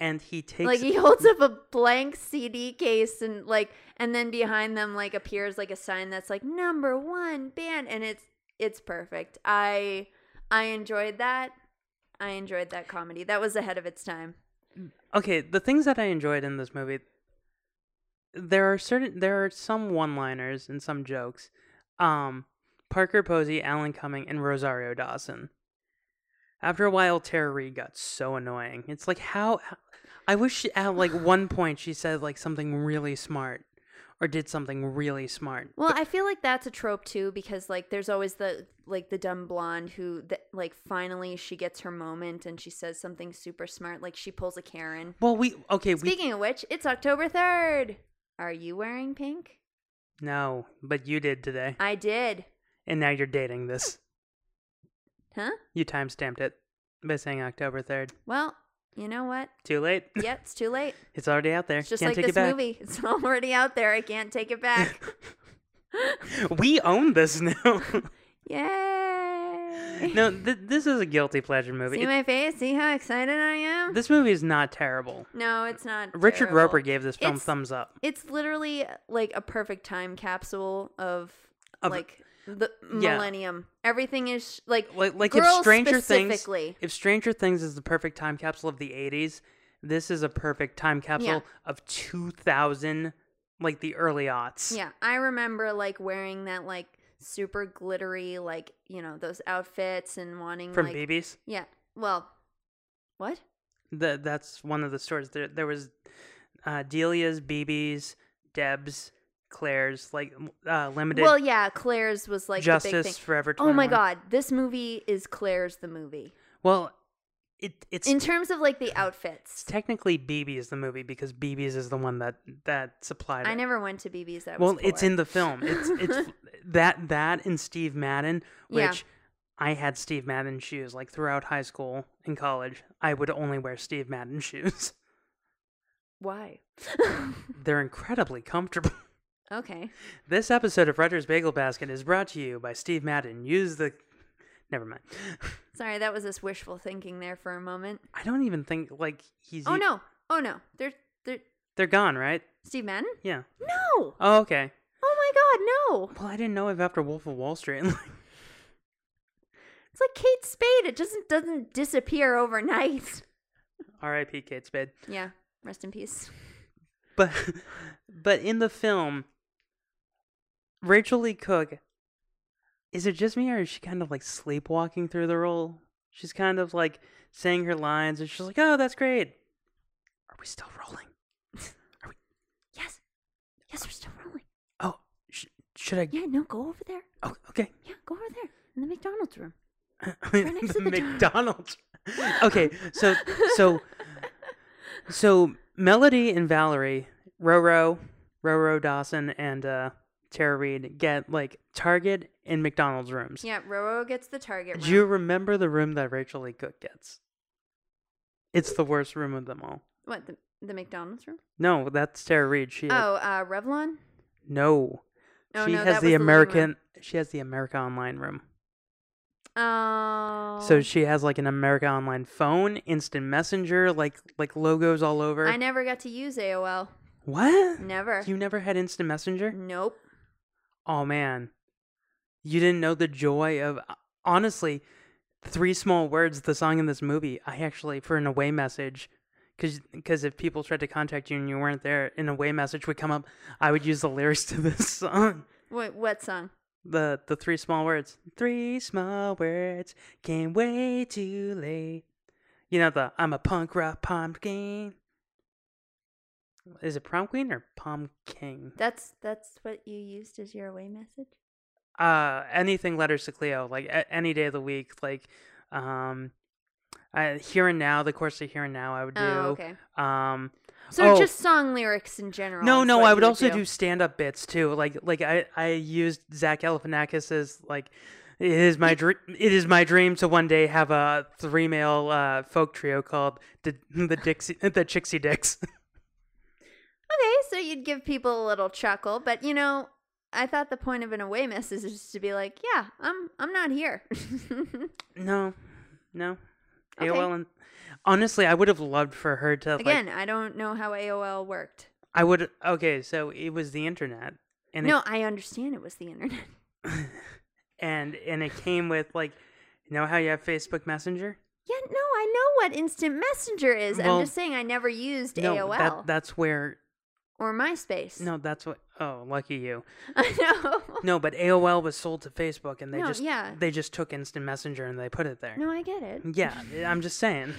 A: And he takes
B: like he holds up a blank CD case and like and then behind them like appears like a sign that's like number one band and it's it's perfect. I I enjoyed that. I enjoyed that comedy. That was ahead of its time.
A: okay the things that i enjoyed in this movie there are certain there are some one liners and some jokes um parker posey alan cumming and rosario dawson after a while tara reid got so annoying it's like how i wish she- at like one point she said like something really smart or did something really smart
B: Well, I feel like that's a trope too because like there's always the like the dumb blonde who that like finally she gets her moment and she says something super smart like she pulls a Karen.
A: well we okay we
B: Speaking of which, it's October 3rd. Are you wearing pink?
A: no but you did today
B: I did.
A: and now you're dating this
B: Huh?
A: you timestamped it by saying october 3rd
B: Well, you know what?
A: too late
B: Yeah, it's too late.
A: It's already out there.
B: It's just
A: Can't
B: like
A: take
B: this
A: it back.
B: movie. It's already out there. I can't take it back.
A: We own this now.
B: Yay!
A: no, th- this is a guilty pleasure movie.
B: See
A: It-
B: my face? See how excited I am?
A: this movie is not terrible.
B: no, it's not.
A: Richard
B: terrible.
A: Roper gave this film
B: It's-
A: thumbs up.
B: It's literally like a perfect time capsule of,
A: Of-
B: like the
A: Yeah.
B: millennium. Everything is sh- like
A: Like, like if
B: girls
A: Stranger Things,
B: specifically.
A: if Stranger Things is the perfect time capsule of the '80s, this is a perfect time capsule of 2000, like the early aughts.
B: Yeah, I remember like wearing that like super glittery like you know those outfits and wanting
A: from
B: like
A: BB's.
B: yeah. Well, what?
A: Th- that's one of the stores. There, there was uh, Delia's, BB's, Deb's, Claire's, like uh, limited
B: Well, yeah, Claire's was like the big
A: Justice
B: thing.
A: Forever. 21.
B: Oh my god, this movie is Claire's the movie.
A: Well, it it's
B: In terms of like the
A: it's
B: outfits.
A: technically BB's the movie because BB's is the one that that supplied.
B: I
A: it.
B: never went to BB's that
A: Well,
B: was
A: it's
B: poor.
A: in the film. It's it's that that and Steve Madden, which
B: Yeah.
A: I had Steve Madden shoes like throughout high school and college. I would only wear Steve Madden shoes.
B: Why?
A: They're incredibly comfortable.
B: Okay.
A: This episode of Rutgers Bagel Basket is brought to you by Steve Madden. Use the never mind.
B: Sorry, that was this wishful thinking there for a moment.
A: I don't even think like he's
B: Oh no. Oh no. They're they're
A: They're gone, right?
B: Steve Madden?
A: Yeah.
B: No.
A: Oh, okay.
B: Oh my god, no.
A: Well, I didn't know if after Wolf of Wall Street like,
B: It's like Kate Spade. It doesn't doesn't disappear overnight.
A: R.I.P. Kate Spade.
B: Yeah. Rest in peace.
A: But but in the film, Rachel Lee Cook Is it just me, or is she kind of like sleepwalking through the role? She's kind of like saying her lines, and she's like, "Oh, that's great." Are we still rolling?
B: Yes. Yes, we're still rolling.
A: Oh, sh- should I?
B: Yeah, no, go over there.
A: Oh, okay.
B: Yeah, go over there in the McDonald's room.
A: right
B: next to the door.
A: McDonald's. okay, so so so Melody and Valerie, Roro, Roro Dawson, and uh, Tara Reid get like Target and McDonald's rooms.
B: Yeah, Roro gets the target room.
A: Do you remember the room that Rachel Lee Cook gets? It's the worst room of them all.
B: what the, the McDonald's room?
A: No, that's Tara Reid. She
B: Oh, uh, Revlon.
A: no.
B: Oh,
A: she
B: no,
A: has
B: that was
A: the
B: the living room.
A: American. She has the America Online room.
B: Oh,
A: So she has like an America Online phone, instant messenger, like like logos all over.
B: I never got to use AOL.
A: What?
B: Never.
A: You never had instant messenger?
B: Nope.
A: Oh man. You didn't know the joy of uh, honestly three small words the song in this movie. I actually for an away message cuz cuz if people tried to contact you and you weren't there, an away message would come up. I would use the lyrics to this song.
B: Wait, what song?
A: The the three small words. Three small words. Can't wait too late. You know the I'm a punk rock pumpkin. Is it prom queen or pom king?
B: That's that's what you used as your away message.
A: uh anything letters to cleo like a- any day of the week like um uh, here and now the course of here and now i would do
B: Oh, okay.
A: um
B: So
A: oh,
B: just song lyrics in general.
A: no
B: is
A: no
B: what
A: i
B: you
A: would also do,
B: do.
A: stand-up bits too like like i i used zach galifianakis's like it is my dream it is my dream to one day have a three male uh folk trio called the the dixie the chixie dicks
B: Okay, so you'd give people a little chuckle, but you know, I thought the point of an away message is just to be like, yeah, I'm I'm not here.
A: no no
B: Okay.
A: AOL and honestly i would have loved for her to like,
B: Again, I don't know how AOL worked.
A: I would okay, so it was the internet and
B: no,
A: it,
B: I understand it was the internet.
A: and and it came with like you know how you have Facebook Messenger?
B: Yeah, no, I know what instant messenger is.
A: Well,
B: I'm just saying I never used
A: No,
B: AOL
A: that that's where
B: or MySpace.
A: no, that's what oh, lucky you.
B: I know.
A: No, but AOL was sold to Facebook and they
B: No,
A: just
B: yeah.
A: they just took instant messenger and they put it there.
B: No, I get it.
A: Yeah, I'm just saying.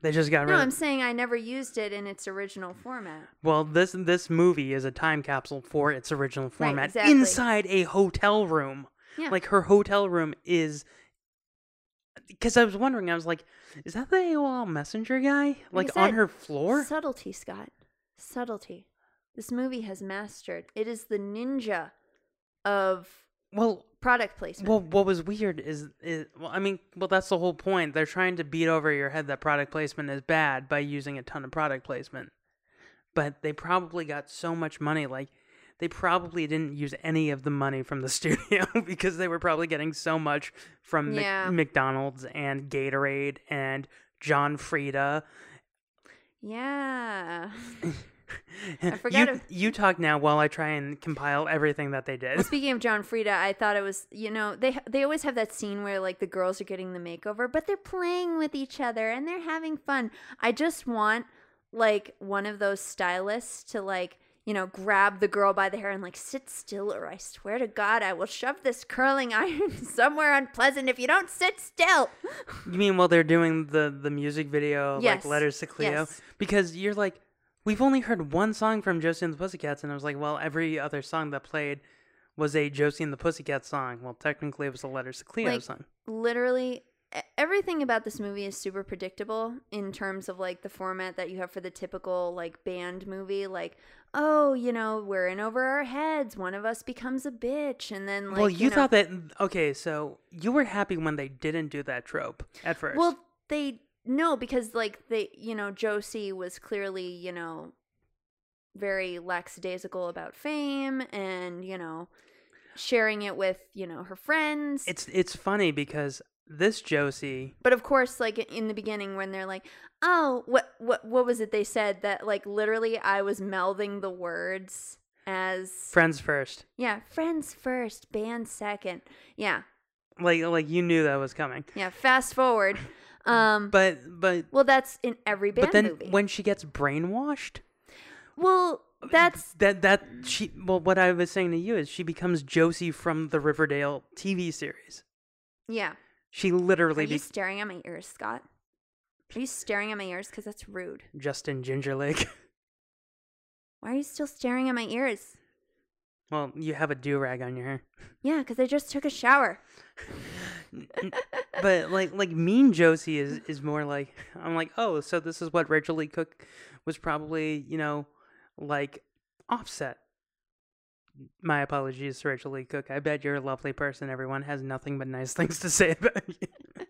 A: They just got rid
B: No,
A: of
B: I'm saying I never used it in its original format.
A: Well, this this movie is a time capsule for its original format
B: exactly.
A: inside a hotel room.
B: Yeah.
A: Like her hotel room is because I was wondering, I was like, is that the AOL messenger guy? Like on
B: said,
A: her floor?
B: Subtlety, Scott. Subtlety. This movie has mastered. It is the ninja of
A: well,
B: product placement.
A: well, what was weird is, is well, I mean, well, that's the whole point. They're trying to beat over your head that product placement is bad by using a ton of product placement. But they probably got so much money like they probably didn't use any of the money from the studio because they were probably getting so much from Mc-
B: Yeah.
A: McDonald's and Gatorade and John Frieda.
B: yeah.
A: I
B: forgot
A: You,
B: if-
A: you talk now while I try and compile everything that they did.
B: Speaking of John Frieda, I thought it was you know they they always have that scene where like the girls are getting the makeover, but they're playing with each other and they're having fun. I just want like one of those stylists to like you know grab the girl by the hair and like sit still, or I swear to God, I will shove this curling iron somewhere unpleasant if you don't sit still.
A: You mean while they're doing the the music video,
B: Yes,
A: like Letters to Cleo?
B: yes.
A: Because you're like, we've only heard one song from Josie and the Pussycats, and I was like, well, every other song that played was a Josie and the Pussycats song. Well, technically, it was a Letters to Cleo
B: Like-
A: song.
B: literally e- everything about this movie is super predictable in terms of like the format that you have for the typical like band movie like oh you know we're in over our heads one of us becomes a bitch and then like
A: well, you,
B: know-
A: thought that okay, so you were happy when they didn't do that trope at first.
B: well they no because like they you know josie was clearly you know very lackadaisical about fame and you know sharing it with you know her friends
A: it's it's funny because this Josie,
B: But of course, like in the beginning, when they're like, "Oh, what, what, what was it they said?" That like literally, I was mouthing the words as,
A: friends first,
B: yeah, friends first, band second, yeah,
A: like like you knew that was coming,
B: yeah. Fast forward, um,
A: but but
B: well, that's in every band
A: but then
B: movie.
A: when she gets brainwashed,
B: well, That's
A: that that she well what I was saying to you is she becomes Josie from the Riverdale TV series.
B: yeah.
A: She literally
B: Are you
A: be-
B: staring at my ears, Scott? Are you staring at my ears? Because that's rude.
A: Justin Gingerlake.
B: Why are you still staring at my ears?
A: well, you have a do rag on your hair.
B: Yeah, because I just took a shower.
A: But like like mean Josie is is more like I'm like, "Oh, so this is what Rachel Lee Cook was probably, you know, like offset." My apologies, to Rachel Lee Cook. I bet you're a lovely person. Everyone has nothing but nice things to say about you.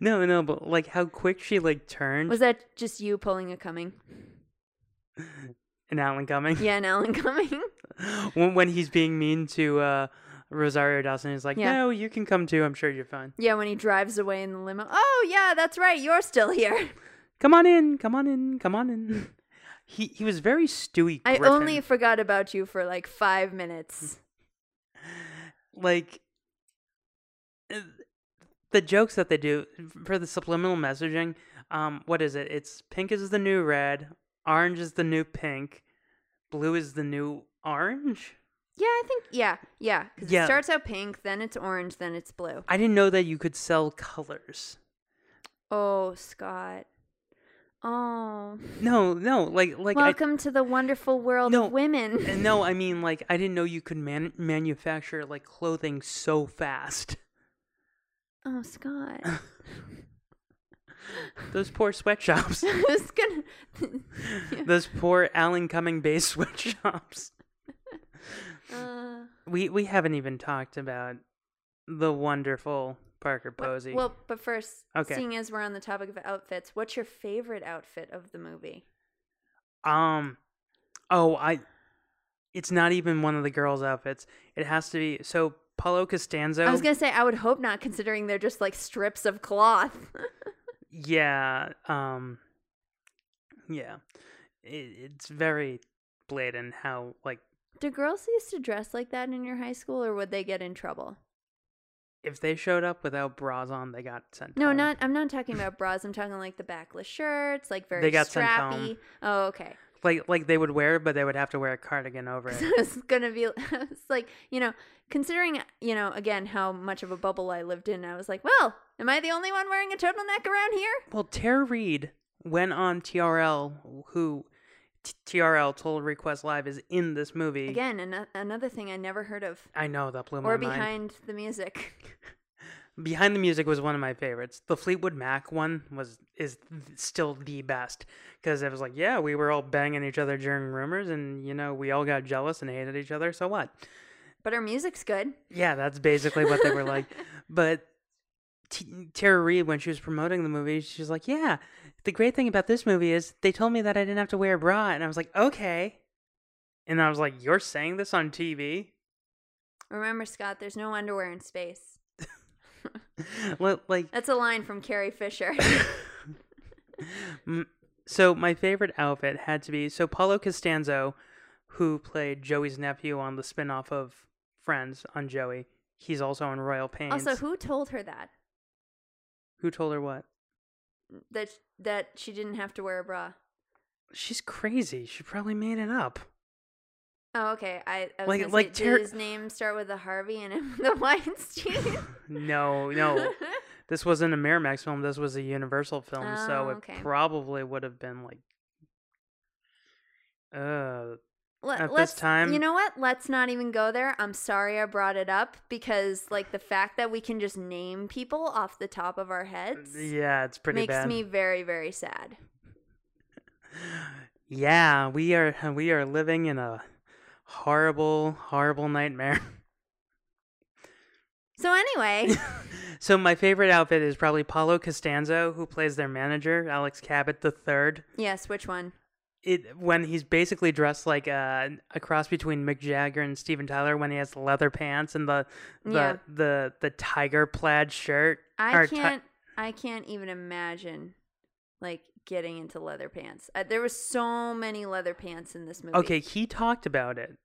A: no, no, but like how quick she like turned
B: Was that just you pulling a coming?
A: and Alan coming.
B: Yeah, and Alan coming.
A: when, when he's being mean to uh, Rosario Dawson, he's like,
B: Yeah.
A: "No, you can come too. I'm sure you're fine.
B: Yeah, when he drives away in the limo. Oh yeah, that's right. You're still here.
A: Come on in. Come on in. Come on in." He he was very Stewie.
B: I
A: Griffin.
B: only forgot about you for like five minutes.
A: like uh, the jokes that they do for the subliminal messaging. Um, what is it? It's pink is the new red, orange is the new pink, blue is the new orange.
B: Yeah, I think yeah, yeah. Because
A: Yeah.
B: it starts out pink, then it's orange, then it's blue.
A: I didn't know that you could sell colors.
B: Oh, Scott. Oh.
A: No, no, like like I-
B: Welcome to the wonderful world
A: No,
B: of women.
A: And no, I mean like I didn't know you could man- manufacture like clothing so fast.
B: oh, Scott.
A: Those poor sweatshops.
B: I was gonna.
A: Those poor Alan Cumming based sweatshops.
B: Uh,
A: We we haven't even talked about the wonderful Parker
B: what-
A: Posey.
B: Well, but first,
A: Okay.
B: seeing as we're on the topic of outfits, what's your favorite outfit of the movie?
A: um oh, I it's not even one of the girls' outfits. It has to be so Paulo Costanzo.
B: I was gonna say I would hope not, considering they're just like strips of cloth.
A: Yeah. Um yeah. It, it's very blatant how like
B: Do girls used to dress like that in your high school, or would they get in trouble?
A: if they showed up without bras on, they got sent.
B: No,
A: home.
B: not. I'm not talking about bras. I'm talking like the backless shirts, like very
A: They got sent
B: strappy. Oh, okay.
A: like like they would wear, it, but they would have to wear a cardigan over it.
B: it's gonna be it's like you know considering you know again how much of a bubble i lived in i was like well am i the only one wearing a turtleneck around here
A: well, Tara Reid went on TRL, who T- TRL Total Request Live is in this movie.
B: again an- another thing i never heard of
A: I know that blew my
B: or
A: mind.
B: behind the music
A: Behind the music was one of my favorites. The Fleetwood Mac one was is th- still the best because it was like, yeah, we were all banging each other during rumors, and you know we all got jealous and hated each other. So what?
B: but her music's good
A: Yeah, that's basically what they were like. But T- Tara Reid, when she was promoting the movie, she was like, "Yeah, the great thing about this movie is they told me that I didn't have to wear a bra," and I was like, "Okay." And I was like, "You're saying this on TV?
B: remember scott there's no underwear in space
A: Li- like,
B: that's a line from carrie fisher
A: so my favorite outfit had to be so Paulo Costanzo, who played Joey's nephew on the spin-off of Friends on Joey. He's also in Royal Pains.
B: also who told her that
A: who told her what?
B: that that she didn't have to wear a bra
A: She's crazy. She probably made it up.
B: Oh, okay. I, I was
A: Like-
B: like, gonna
A: like
B: say,
A: Ter-
B: did his name start with a Harvey and end with a Weinstein?
A: No, no. this wasn't a Miramax film. This was a Universal film, so
B: Oh,
A: it
B: okay.
A: probably would have been like, uh,
B: Let,
A: at this
B: let's,
A: time.
B: You know what? Let's not even go there. I'm sorry I brought it up because, like, the fact that we can just name people off the top of our heads
A: yeah, it's pretty
B: makes
A: bad.
B: me very, very sad.
A: Yeah, we are we are living in a horrible, horrible nightmare.
B: So anyway,
A: so my favorite outfit is probably Paulo Costanzo, who plays their manager, Alex Cabot the third.
B: yes, which one?
A: It when he's basically dressed like a, a cross between Mick Jagger and Steven Tyler when he has the leather pants and the the
B: Yeah.
A: the, the tiger plaid shirt.
B: I
A: or ti-
B: can't. I can't even imagine like getting into leather pants. Uh, there was so many leather pants in this movie.
A: Okay, he talked about it.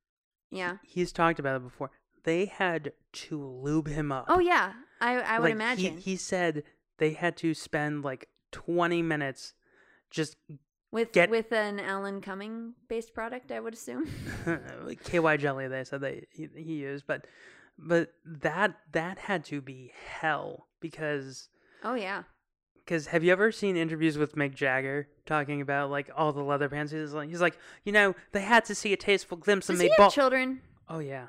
B: Yeah.
A: He's talked about it before. They had to lube him up.
B: Oh yeah. I I would
A: Like, he-
B: imagine.
A: He, said they had to spend like 20 minutes just
B: with
A: Get-
B: with an Alan Cumming based product, I would assume.
A: KY jelly they said that he, he used, but but that that had to be hell because
B: oh yeah,
A: because have you ever seen interviews with Mick Jagger talking about like all the leather pants? He's like, he's like, you know, they had to see a tasteful glimpse
B: does
A: of
B: he
A: me.
B: have
A: bal-"
B: children?
A: oh yeah,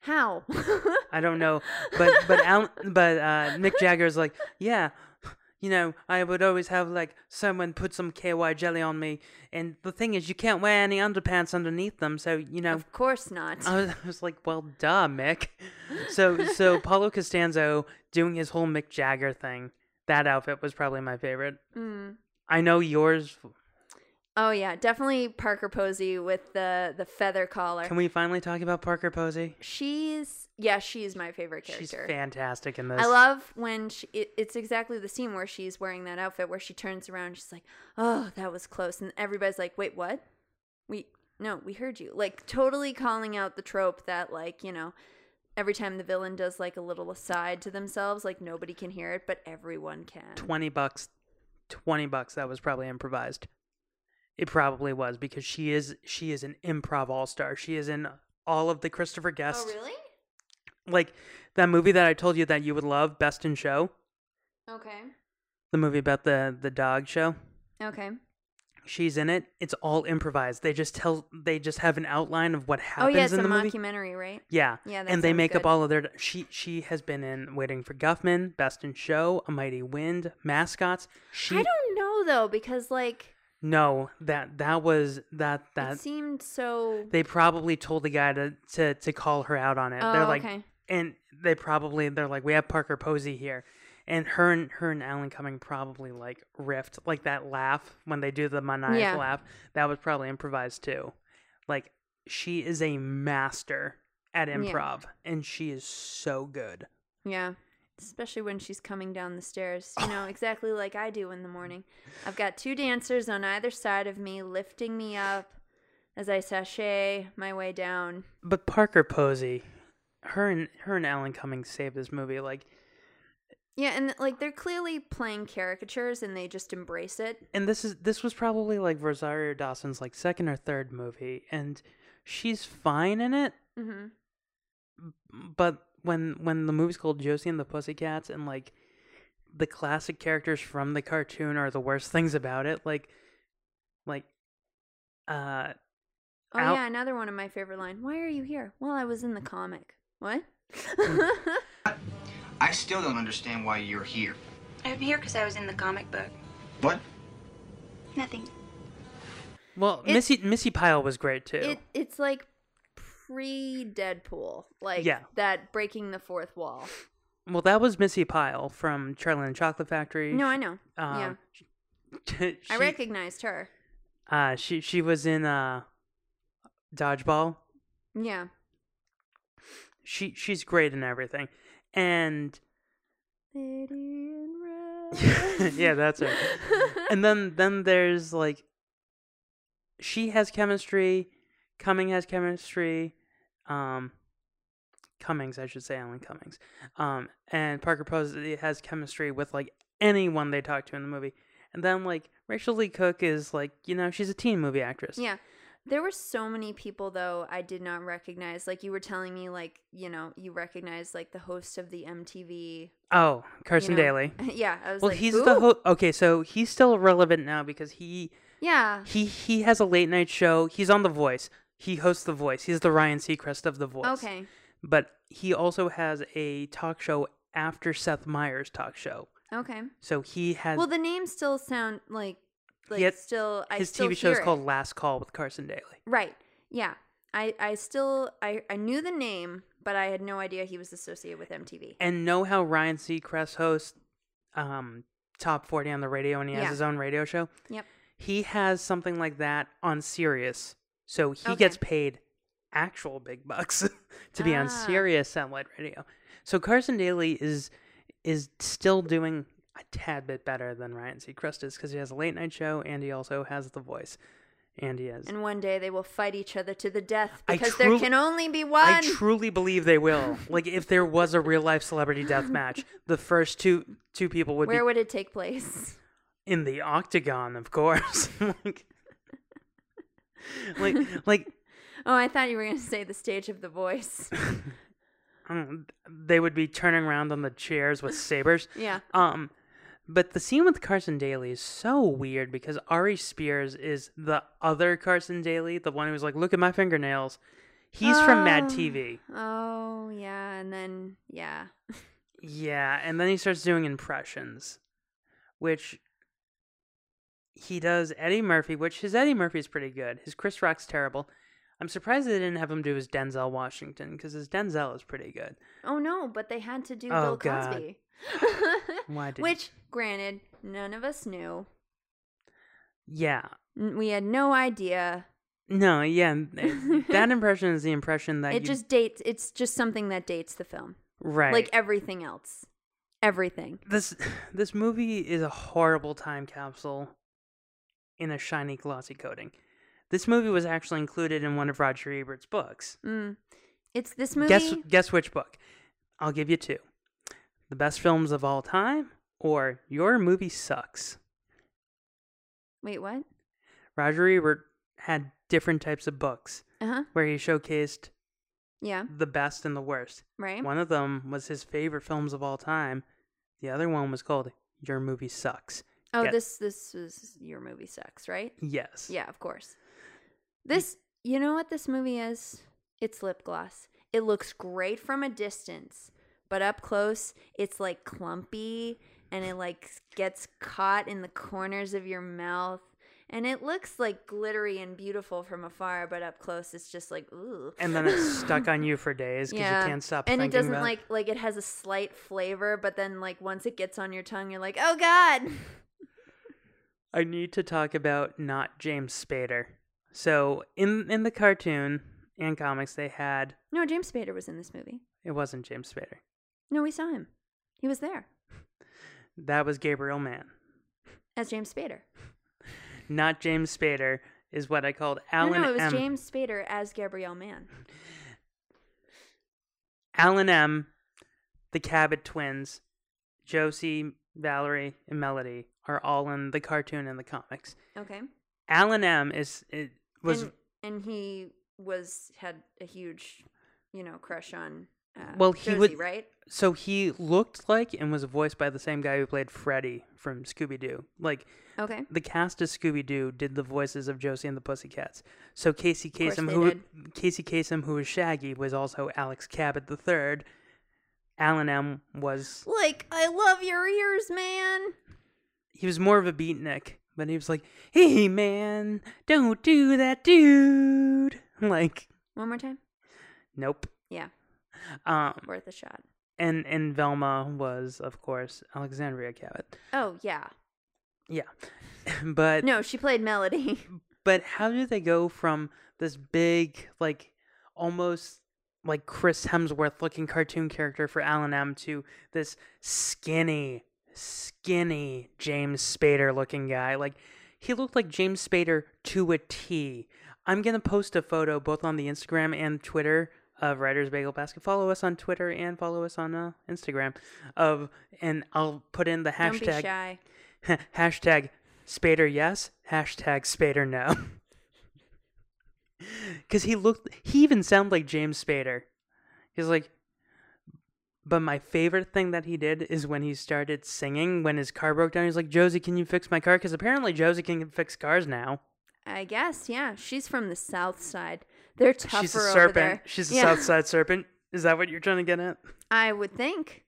B: How?
A: I don't know, but but Alan, but uh, Mick Jagger is like, yeah, you know, I would always have like someone put some KY jelly on me, and the thing is, you can't wear any underpants underneath them, so you know.
B: of course not.
A: I was, I was like, well, duh, Mick. So, so Paulo Costanzo doing his whole Mick Jagger thing. That outfit was probably my favorite.
B: Mm.
A: I know yours.
B: Oh yeah, definitely Parker Posey with the the feather collar.
A: Can we finally talk about Parker Posey?
B: she's yeah, she's my favorite
A: She's
B: character.
A: fantastic in this.
B: I love when she, it, it's exactly the scene where she's wearing that outfit where she turns around and she's like, "Oh, that was close." And everybody's like, "Wait, what?" We no, we heard you. Like totally calling out the trope that like, you know, every time the villain does like a little aside to themselves, like nobody can hear it, but everyone can.
A: twenty bucks. Twenty bucks. That was probably improvised. It probably was because she is she is an improv all star. She is in all of the Christopher Guest,
B: Oh, really?
A: like that movie that I told you that you would love, Best in Show,
B: Okay.
A: the movie about the the dog show.
B: Okay. Oh,
A: she's in it it's all improvised they just tell they just have an outline of what
B: Oh
A: happens
B: yeah, it's a
A: in the movie
B: mockumentary, right?
A: yeah
B: Yeah, that
A: and they
B: sounds
A: make up
B: good.
A: all of their she she has been in waiting for guffman best in show a mighty wind mascots she
B: I don't know though because like
A: no that that was that that
B: it seemed so
A: they probably told the guy to to to call her out on it they're
B: Oh,
A: like
B: okay.
A: and they probably they're like we have parker posey here and her and her and alan cumming probably like riffed like that laugh when they do the maniac
B: Yeah.
A: laugh that was probably improvised too like she is a master at improv and she is so good
B: Yeah. Especially when she's coming down the stairs, you know, exactly like I do in the morning. I've got two dancers on either side of me lifting me up as I sashay my way down.
A: but parker posey her and her and alan cumming saved this movie like
B: Yeah, and like they're clearly playing caricatures and they just embrace it.
A: and this is this was probably like Rosario Dawson's like second or third movie, and she's fine in it.
B: Mhm.
A: But when when the movie's called Josie and the Pussycats, and like the classic characters from the cartoon are the worst things about it, like like uh
B: Oh
A: Out-
B: yeah, another one of my favorite line. Why are you here? Well, I was in the comic. What?
K: I still don't understand why you're here.
L: I'm here because I was in the comic book.
K: What?
L: Nothing.
A: well
B: It-
A: Missy E, Missy Pyle was great too.
B: It it's like pre Deadpool, like
A: Yeah.
B: that breaking the fourth wall.
A: well, that was Missy Pyle from Charlie and the Chocolate Factory.
B: No, I know. yeah.
A: Um, yeah.
B: I recognized her.
A: Uh, she she was in uh, dodgeball.
B: Yeah.
A: She she's great in everything, and yeah, that's her. and then then there's like, she has chemistry, Cumming has chemistry, um, Cummings I should say Alan Cummings, um, and Parker Posey has chemistry with like anyone they talk to in the movie, and then like Rachel Lee Cook is like you know she's a teen movie actress.
B: Yeah. There were so many people though I did not recognize. Like you were telling me like, you know, you recognized like the host of the MTV.
A: Oh, Carson
B: know,
A: Daly.
B: yeah, I was
A: well,
B: like,
A: he's
B: "Ooh."
A: the ho- okay. So he's still relevant now because he
B: Yeah.
A: he he has a late night show. He's on The Voice. He hosts The Voice. He's the Ryan Seacrest of The Voice.
B: Okay.
A: But he also has a talk show after Seth Meyers' talk show.
B: Okay.
A: So he has
B: Well, the names still sound like like
A: Yet
B: still I
A: his
B: still
A: TV show is
B: hear it.
A: called Last Call with Carson Daly.
B: Right. Yeah. I I still I I knew the name, but I had no idea he was associated with MTV.
A: And know how Ryan Seacrest hosts um, Top 40 on the radio and he
B: Yeah.
A: has his own radio show?
B: Yep.
A: he has something like that on Sirius. So he
B: Okay.
A: gets paid actual big bucks to be on
B: Ah.
A: Sirius satellite radio. So Carson Daly is is still doing a tad bit better than Ryan Seacrest is because he has a late night show and he also has The Voice, and he has.
B: And one day they will fight each other to the death
A: I
B: because
A: truly-
B: there can only be one.
A: I truly believe they will. like if there was a real life celebrity death match, the first two two people would
B: Where
A: be
B: would it take place?
A: in the octagon, of course. like, like, like
B: Oh, I thought you were going to say the stage of the voice.
A: um, they would be turning around on the chairs with sabers.
B: Yeah.
A: Um, but the scene with Carson Daly is so weird because Ari Spears is the other Carson Daly, the one who's like, "Look at my fingernails." He's from Mad
B: Oh.
A: TV.
B: Oh, yeah. And then, yeah.
A: Yeah, and then he starts doing impressions, which he does Eddie Murphy, which his Eddie Murphy's pretty good. His Chris Rock's terrible. I'm surprised they didn't have him do his Denzel Washington because his Denzel is pretty good.
B: Oh, no, but they had to do
A: Oh,
B: Bill
A: God.
B: Cosby.
A: Why did
B: Which, granted, none of us knew.
A: Yeah,
B: N- We had no idea.
A: no, yeah, and it- that impression is the impression that
B: it
A: Uh, you,
B: just dates, it's just something that dates the film.
A: right.
B: Like everything else. Everything.
A: this this movie is a horrible time capsule in a shiny glossy coating. This movie was actually included in one of Roger Ebert's books.
B: Mm. It's this movie.
A: Guess guess which book? I'll give you two. The best films of all time or Your Movie Sucks.
B: Wait, what?
A: Roger Ebert had different types of books
B: Uh huh.
A: where he showcased
B: Yeah.
A: the best and the worst.
B: Right.
A: One of them was his favorite films of all time. The other one was called Your Movie Sucks.
B: Oh,
A: Guess-
B: this this was your movie sucks, right?
A: Yes.
B: Yeah, of course. This, you know what this movie is? It's lip gloss. It looks great from a distance, but up close, it's like clumpy and it like gets caught in the corners of your mouth. And it looks like glittery and beautiful from afar, but up close, it's just like ooh.
A: and then it's stuck on you for days because you can't stop
B: And it
A: thinking
B: doesn't
A: about
B: like like it has a slight flavor, but then like once it gets on your tongue, you're like, oh god.
A: I need to talk about not James Spader. So in in the cartoon and comics they had
B: No, James Spader was in this movie.
A: it wasn't James Spader.
B: No, we saw him. He was there
A: That was Gabriel Mann.
B: as James Spader.
A: Not James Spader is what I called
B: No,
A: Alan
B: no, it was
A: M.
B: James Spader as Gabrielle Mann.
A: Alan M, the Cabot twins, Josie, Valerie, and Melody are all in the cartoon and the comics.
B: Okay.
A: Alan M is it was
B: and, and he was had a huge, you know, crush on. Uh,
A: well he
B: Josie,
A: was
B: right.
A: so he looked like and was voiced by the same guy who played freddy from scooby-doo like
B: Okay.
A: the cast of scooby-doo did the voices of josie and the pussycats so casey
B: course
A: kasem
B: they
A: who casey kasem who was shaggy was also alex cabot the third alan m was
B: Like I love your ears, man.
A: he was more of a beatnik but he was like hey man don't do that dude like
B: One more time.
A: nope
B: Yeah,
A: um
B: worth a shot.
A: and and velma was of course alexandria cabot
B: Oh yeah.
A: yeah but
B: No, she played Melody.
A: but how did they go from this big like almost like chris hemsworth looking cartoon character for alan m to this skinny skinny james spader looking guy like he looked like james spader to a t i'm gonna post a photo both on the instagram and twitter of writers bagel basket follow us on twitter and follow us on uh, instagram of and i'll put in the
B: Don't be
A: hashtag
B: shy.
A: hashtag Spader yes, hashtag Spader no. Because he looked, he even sounded like James Spader. He's like, but my favorite thing that he did is when he started singing when his car broke down. He's like, Josie, can you fix my car? Because apparently Josie can fix cars now.
B: I guess. Yeah, she's from the South Side. They're tougher
A: She's a
B: over
A: serpent.
B: there.
A: She's a
B: Yeah,
A: South Side serpent. Is that what you're trying to get at?
B: I would think.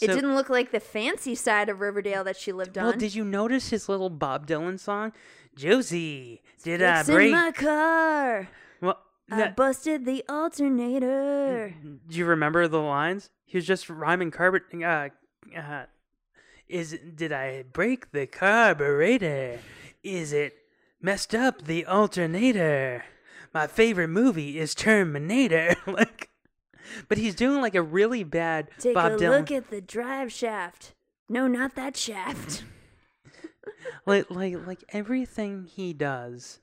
B: it
A: So-
B: didn't look like the fancy side of Riverdale that she lived on.
A: Well, did you notice his little Bob Dylan song? Josie, did I
B: Fixing
A: break?
B: my uh, car.
A: well,
B: I busted the alternator.
A: Mm-hmm. Do you remember the lines? He was just rhyming carbon. Uh, uh, is it- did I break the carburetor? Is it messed up the alternator? My favorite movie is Terminator. like, but he's doing like a really bad
B: Take
A: Bob
B: a
A: Dylan.
B: look at the drive shaft. No, not that shaft.
A: like like like everything he does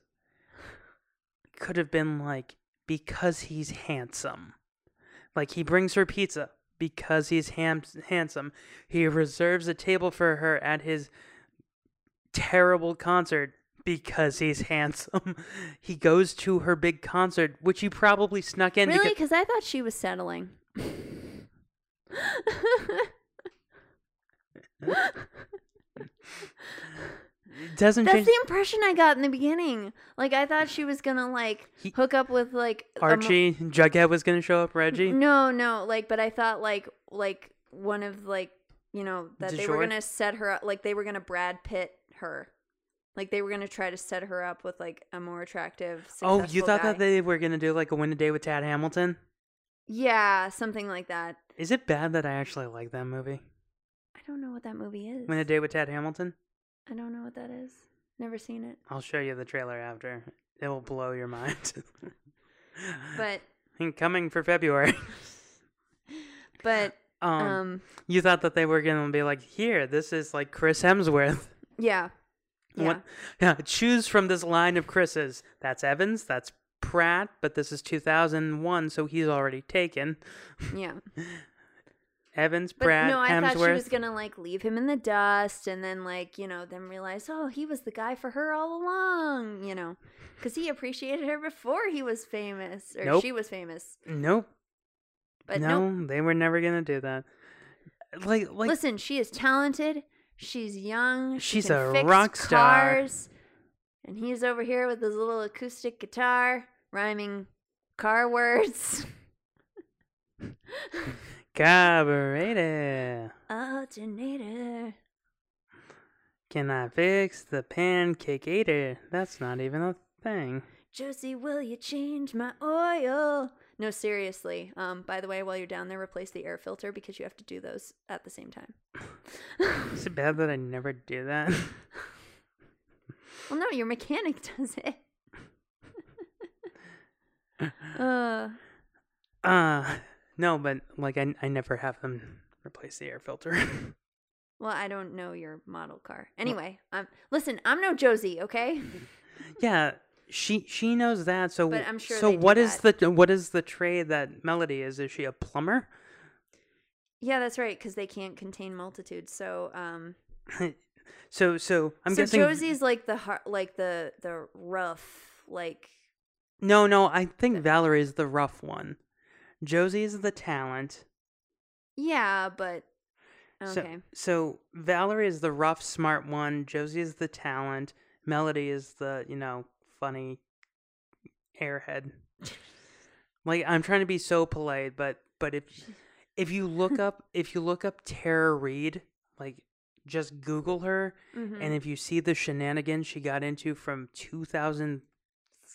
A: could have been like because he's handsome like he brings her pizza because he's ham- handsome he reserves a table for her at his terrible concert because he's handsome. he goes to her big concert, which he probably snuck in.
B: really?
A: because-
B: Because I thought she was settling.
A: it doesn't
B: That's
A: change.
B: the impression I got in the beginning. Like I thought she was gonna like hook up with like a mo-
A: Archie Jughead was gonna show up. Reggie.
B: No, no, like but I thought like like one of like you know that they were
A: DeJour?
B: gonna set her up like they were gonna Brad Pitt her. Like they were gonna try to set her up with like a more attractive.
A: Oh, you
B: successful
A: thought
B: guy.
A: that they were gonna do like a win a day with Tad Hamilton?
B: Yeah, something like that.
A: Is it bad that I actually like that movie?
B: I don't know what that movie is.
A: Win a day with Tad Hamilton?
B: I don't know what that is. Never seen it.
A: I'll show you the trailer after. It will blow your mind.
B: But
A: And Coming for February.
B: but
A: Um,
B: um
A: you thought that they were gonna be like, here, this is like Chris Hemsworth.
B: yeah. Yeah.
A: What- yeah, choose from this line of Chris's. That's Evans. That's Pratt. But this is 2001, so he's already taken.
B: Yeah.
A: Evans,
B: But
A: Pratt,
B: no, I
A: Hemsworth.
B: thought she was gonna like leave him in the dust, and then like you know, then realize, oh, he was the guy for her all along, you know, because he appreciated her before he was famous or
A: Nope.
B: she was famous.
A: Nope.
B: But
A: no,
B: nope.
A: they were never gonna do that. Like, like
B: Listen, she is talented. She's young. she
A: She's
B: can
A: a
B: fix
A: rock star.
B: Cars, and he's over here with his little acoustic guitar, rhyming car words.
A: carburetor.
B: Alternator.
A: Can I fix the pancake eater? That's not even a thing.
B: Josie, will you change my oil? No, seriously. Um, by the way, while you're down there, replace the air filter because you have to do those at the same time.
A: Is it bad that I never do that?
B: Well, no, your mechanic does it. uh,
A: uh no, but like I, I never have them replace the air filter.
B: well, I don't know your model car. Anyway, um, listen, I'm no Josie, okay?
A: yeah, she she knows that. So
B: But I'm sure
A: so
B: they do
A: what is the what is the trade that Melody is? Is she a plumber?
B: Yeah, that's right, because they can't contain multitudes. So, um,
A: So so I'm
B: so
A: guessing
B: Josie's like the har- like the the rough, like
A: No, no, I think Valerie's the rough one. Josie's the talent.
B: yeah, but
A: So,
B: okay.
A: so Valerie is the rough, smart one. Josie is the talent. Melody is the you know funny airhead. like I'm trying to be so polite, but but if if you look up if you look up Tara Reid, like just Google her,
B: Mhm.
A: and if you see the shenanigans she got into from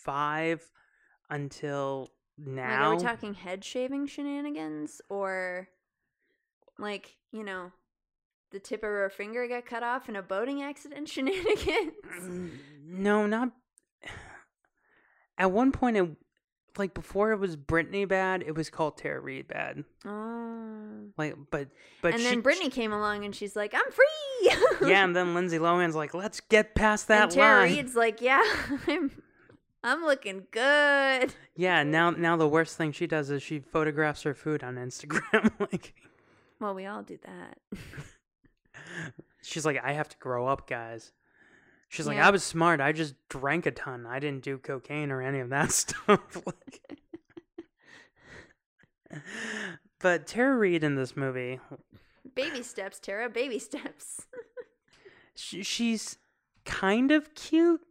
A: 2005 until
B: Like,
A: now,
B: are we talking head shaving shenanigans or like, you know, the tip of her finger got cut off in a boating accident shenanigans?
A: Mm, No, not. At one point, it like before it was Britney bad. It was called Tara Reid bad.
B: oh.
A: Like, but but
B: and
A: she,
B: then Brittany came along and she's like, I'm free.
A: yeah, and then Lindsay Lohan's like, let's get past that
B: and Tara
A: line.
B: Reid's like, yeah, I'm I'm looking good.
A: Yeah, now now the worst thing she does is she photographs her food on Instagram. like,
B: Well, we all do that.
A: she's like, I have to grow up, guys. She's like,
B: Yeah.
A: I was smart. I just drank a ton. I didn't do cocaine or any of that stuff. like, but Tara Reid in this movie,
B: Baby steps, Tara, baby steps.
A: sh- she's kind of cute,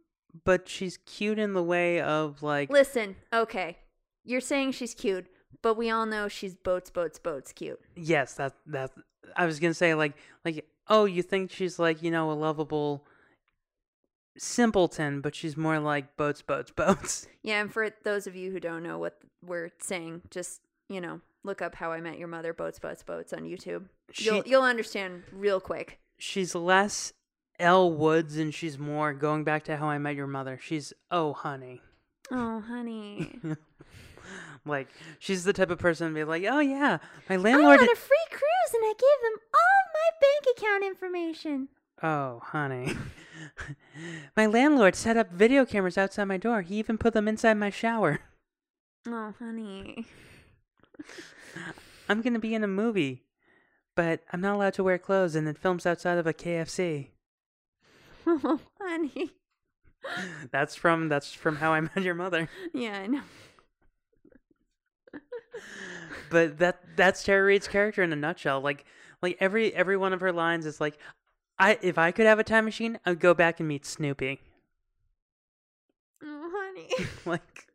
A: but she's cute in the way of like
B: Listen, okay. You're saying she's cute, but we all know she's boats, boats, boats cute.
A: yes, that that I was gonna say like like oh you think she's like you know a lovable simpleton, but she's more like boats, boats, boats.
B: Yeah, and for those of you who don't know what we're saying, just you know, look up "How I Met Your Mother" boats, boats, boats on YouTube.
A: She-
B: You'll you'll understand real quick.
A: She's less Elle Woods and she's more going back to how I met your mother. She's oh honey.
B: Oh, honey,
A: Like she's the type of person to be like, oh yeah, my
B: I
A: landlord.
B: want a free cruise, and I gave them all my bank account information.
A: Oh, honey. my landlord set up video cameras outside my door. He even put them inside my shower.
B: Oh, honey,
A: I'm going to be in a movie, but I'm not allowed to wear clothes and it films outside of a KFC.
B: Oh, honey.
A: That's from that's from How I Met Your Mother.
B: Yeah, I know.
A: But that that's Tara Reid's character in a nutshell. Like like every every one of her lines is like, I if I could have a time machine, I'd go back and meet Snoopy.
B: Oh, honey.
A: Like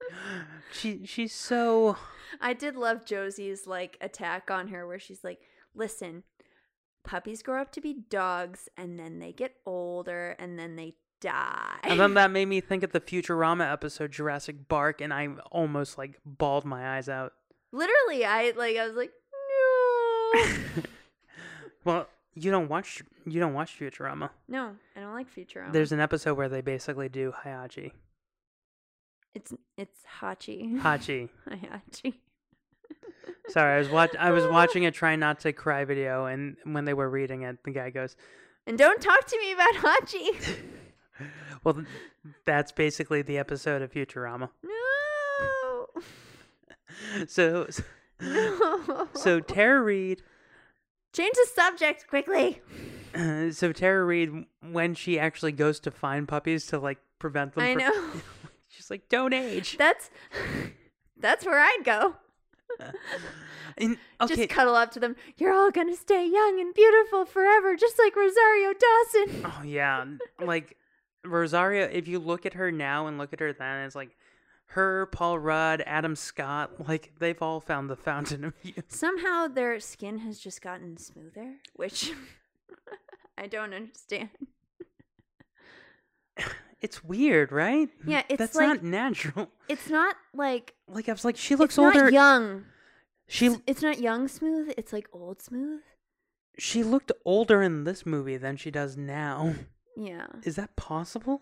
A: she she's so
B: I did love Josie's like attack on her where she's like, "Listen, puppies grow up to be dogs and then they get older and then they die."
A: And then that made me think of the Futurama episode Jurassic Bark and I almost like bawled my eyes out.
B: Literally, I like I was like, "No."
A: Well, you don't watch you don't watch Futurama.
B: no, I don't like Futurama.
A: There's an episode where they basically do Hayachi.
B: it's it's Hachi.
A: Hachi.
B: Hachi.
A: Sorry, I was watch I was watching a try not to cry video and when they were reading it, the guy goes,
B: And don't talk to me about Hachi.
A: Well, th- that's basically the episode of Futurama.
B: no.
A: So, so, so Tara Reid,
B: Change the subject quickly.
A: so Tara Reid, when she actually goes to find puppies to like prevent them,
B: I
A: from,
B: know.
A: she's like, don't age.
B: That's that's where I'd go.
A: And, okay,
B: Just cuddle up to them. You're all gonna stay young and beautiful forever, just like Rosario Dawson.
A: oh yeah, n- like Rosario. If you look at her now and look at her then, it's like her, Paul Rudd, Adam Scott, like they've all found the fountain of youth.
B: Somehow their skin has just gotten smoother, which I don't understand.
A: It's weird, right?
B: Yeah, it's
A: Mm, that's
B: like-
A: not natural.
B: It's not like
A: Like I was like, she looks
B: it's not
A: older.
B: young.
A: She
B: It's not young smooth. It's like old smooth.
A: she looked older in this movie than she does now.
B: Yeah.
A: Is that possible?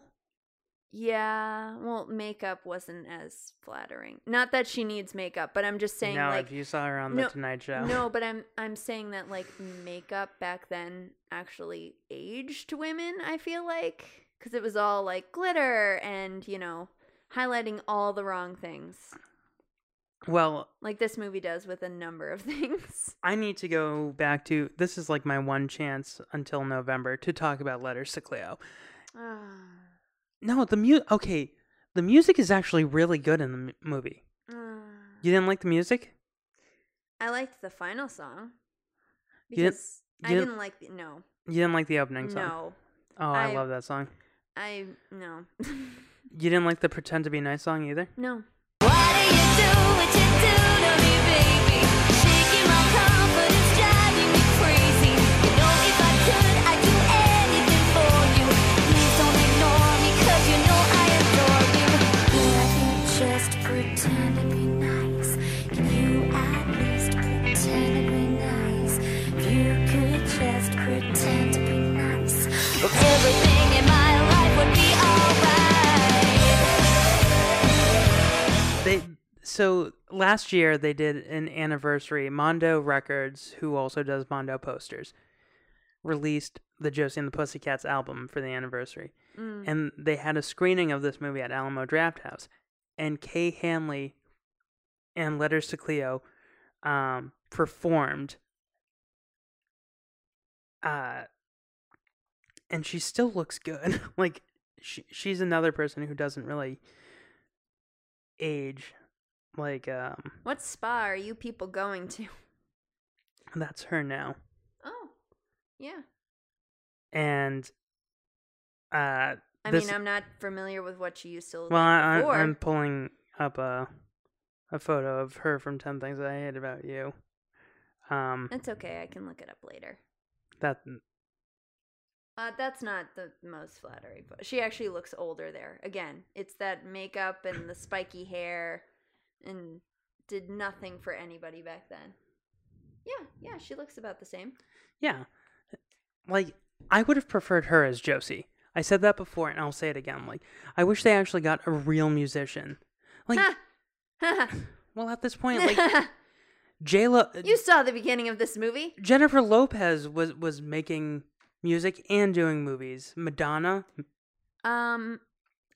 B: Yeah. Well, makeup wasn't as flattering. Not that she needs makeup, but I'm just saying
A: no,
B: like
A: if you saw her on the Tonight Show.
B: No, but I'm I'm saying that like makeup back then actually aged women. I feel like because it was all like glitter and you know highlighting all the wrong things,
A: Well,
B: like this movie does with a number of things.
A: I need to go back to this is like my one chance until November to talk about Letters to Cleo.
B: Ah,
A: No, the mu okay, the music is actually really good in the m- movie.
B: ah.
A: You didn't like the music?
B: I liked the final song
A: You didn't-
B: because I
A: you
B: didn't,
A: didn't-
B: like the, no
A: You didn't like the opening song?
B: no
A: Oh, I,
B: I-
A: love that song.
B: I no
A: You didn't like the Pretend to Be Nice song either?
B: no.
J: Pretend to be nice. Can you at least pretend to be nice? If you could just pretend to be nice, everything in my life would be alright.
A: They so last year they did an anniversary. Mondo Records, who also does Mondo posters, released the Josie and the Pussycats album for the anniversary,
B: Mm.
A: and they had a screening of this movie at Alamo Draft House, and Kay Hanley and Letters to Cleo um, performed. Uh, and she still looks good. like she, she's another person who doesn't really age. Like um,
B: What spa are you people going to?
A: that's her now.
B: Oh, yeah.
A: And uh,
B: I
A: this,
B: mean, I'm not familiar with what she used to look
A: well, I,
B: like
A: I-
B: before.
A: I'm pulling up a a photo of her from Ten Things I Hate About You. Um,
B: That's okay. I can look it up later.
A: that
B: Uh, that's not the most flattering, but she actually looks older there. Again, it's that makeup and the spiky hair, and did nothing for anybody back then. Yeah, yeah, she looks about the same.
A: Yeah. Like, I would have preferred her as Josie. I said that before and I'll say it again. Like, I wish they actually got a real musician. Like, well, at this point, like, Jayla,
B: you saw the beginning of this movie.
A: Jennifer Lopez was, was making music and doing movies. Madonna,
B: Um,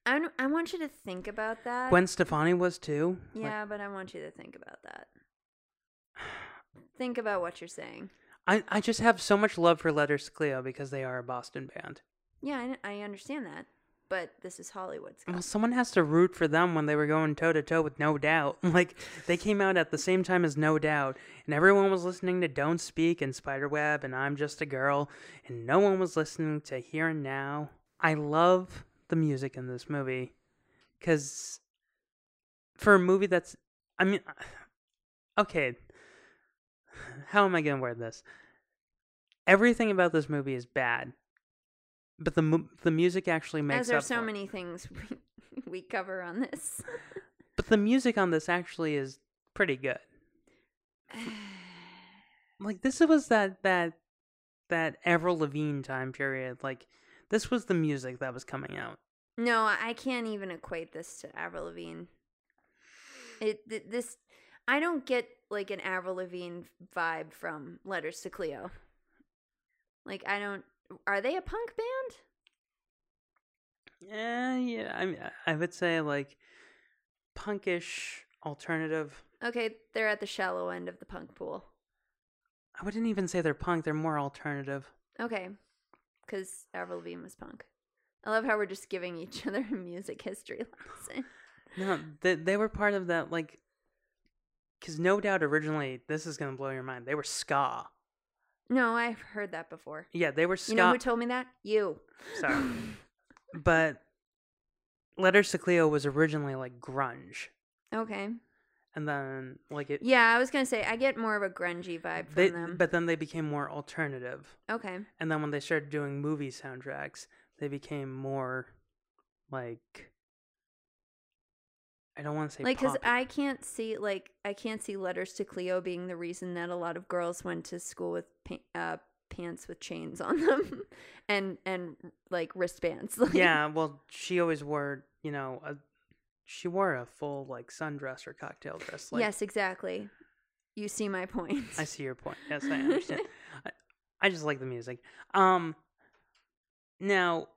B: I don't- I want you to think about that.
A: Gwen Stefani was too. Like,
B: Uh, Yeah, but I want you to think about that. Think about what you're saying.
A: I, I just have so much love for Letters to Cleo because they are a Boston band.
B: Yeah, I, kn- I understand that, but this is Hollywood. Scott.
A: Well, someone has to root for them when they were going toe to toe with No Doubt. Like they came out at the same time as No Doubt, and everyone was listening to Don't Speak and Spiderweb and I'm Just a Girl, and no one was listening to Here and Now. I love the music in this movie, cause for a movie that's, I mean, okay, how am I gonna word this? Everything about this movie is bad, but the mu- the music actually makes
B: As there are
A: up
B: so
A: for it.
B: many things we, we cover on this.
A: But the music on this actually is pretty good. Like this was that that that Avril Lavigne time period. Like this was the music that was coming out.
B: No, I can't even equate this to Avril Lavigne. It th- this I don't get like an Avril Lavigne vibe from Letters to Cleo. Like I don't. Are they a punk band?
A: Yeah, Eh, yeah. I mean, I would say like punkish alternative.
B: Okay, they're at the shallow end of the punk pool.
A: I wouldn't even say they're punk. They're more alternative.
B: Okay, because Avril Lavigne was punk. I love how we're just giving each other a music history lesson.
A: No, they they were part of that like. Because no doubt originally, this is gonna blow your mind. They were ska.
B: No, I've heard that before.
A: Yeah, they were ska.
B: You know who told me that? You.
A: Sorry. but Letters to Cleo was originally like grunge.
B: Okay.
A: And then like it
B: Yeah, I was gonna say I get more of a grungy vibe from
A: they,
B: them.
A: but then they became more alternative.
B: okay.
A: And then when they started doing movie soundtracks, they became more like I don't want to say
B: Like, cause
A: pop.
B: I can't see like I can't see letters to Cleo being the reason that a lot of girls went to school with pa- uh, pants with chains on them, and and like wristbands. Like,
A: yeah, well, she always wore, you know, a she wore a full like sundress or cocktail dress. Like,
B: yes, exactly. You see my point.
A: I see your point. Yes, I understand. I, I just like the music. Um, now,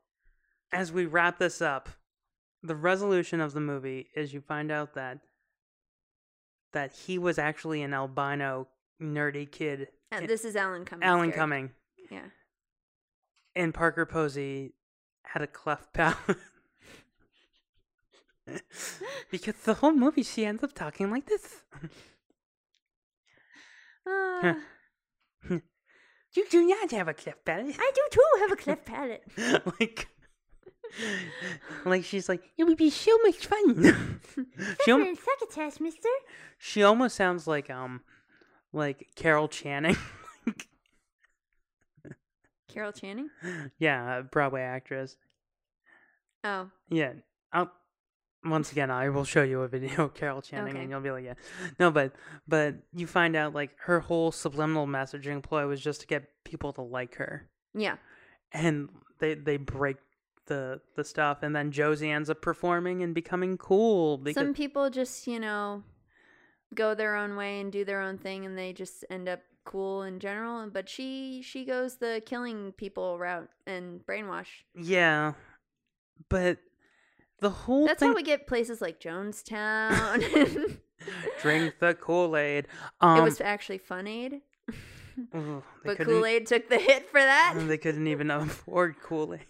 A: as we wrap this up, the resolution of the movie is you find out that that he was actually an albino nerdy kid.
B: Uh, this is Alan Cumming.
A: Alan
B: Jared.
A: Cumming
B: Yeah.
A: and Parker Posey had a cleft palate. because the whole movie she ends up talking like this.
B: Ah,
A: You do not have a cleft palate.
B: I do too have a cleft palate.
A: like like she's like it would be so much fun she, al-
B: succotash, mister.
A: she almost sounds like um like carol channing
B: Carol Channing.
A: yeah a broadway actress
B: Oh,
A: yeah I'll, once again i will show you a video of carol channing
B: Okay.
A: and you'll be like yeah no but but you find out like her whole subliminal messaging ploy was just to get people to like her
B: yeah.
A: and they they break the the stuff and then josie ends up performing and becoming cool because
B: Some people just, you know, go their own way and do their own thing and they just end up cool in general, but she she goes the killing people route and brainwash.
A: Yeah, but the whole
B: That's
A: thing.
B: how we get places like Jonestown.
A: Drink the Kool Aid.
B: it
A: Um,
B: was actually Fun Aid,
A: ugh, um, they
B: but
A: couldn't- e
B: Kool Aid took the hit for that.
A: They couldn't even afford Kool Aid.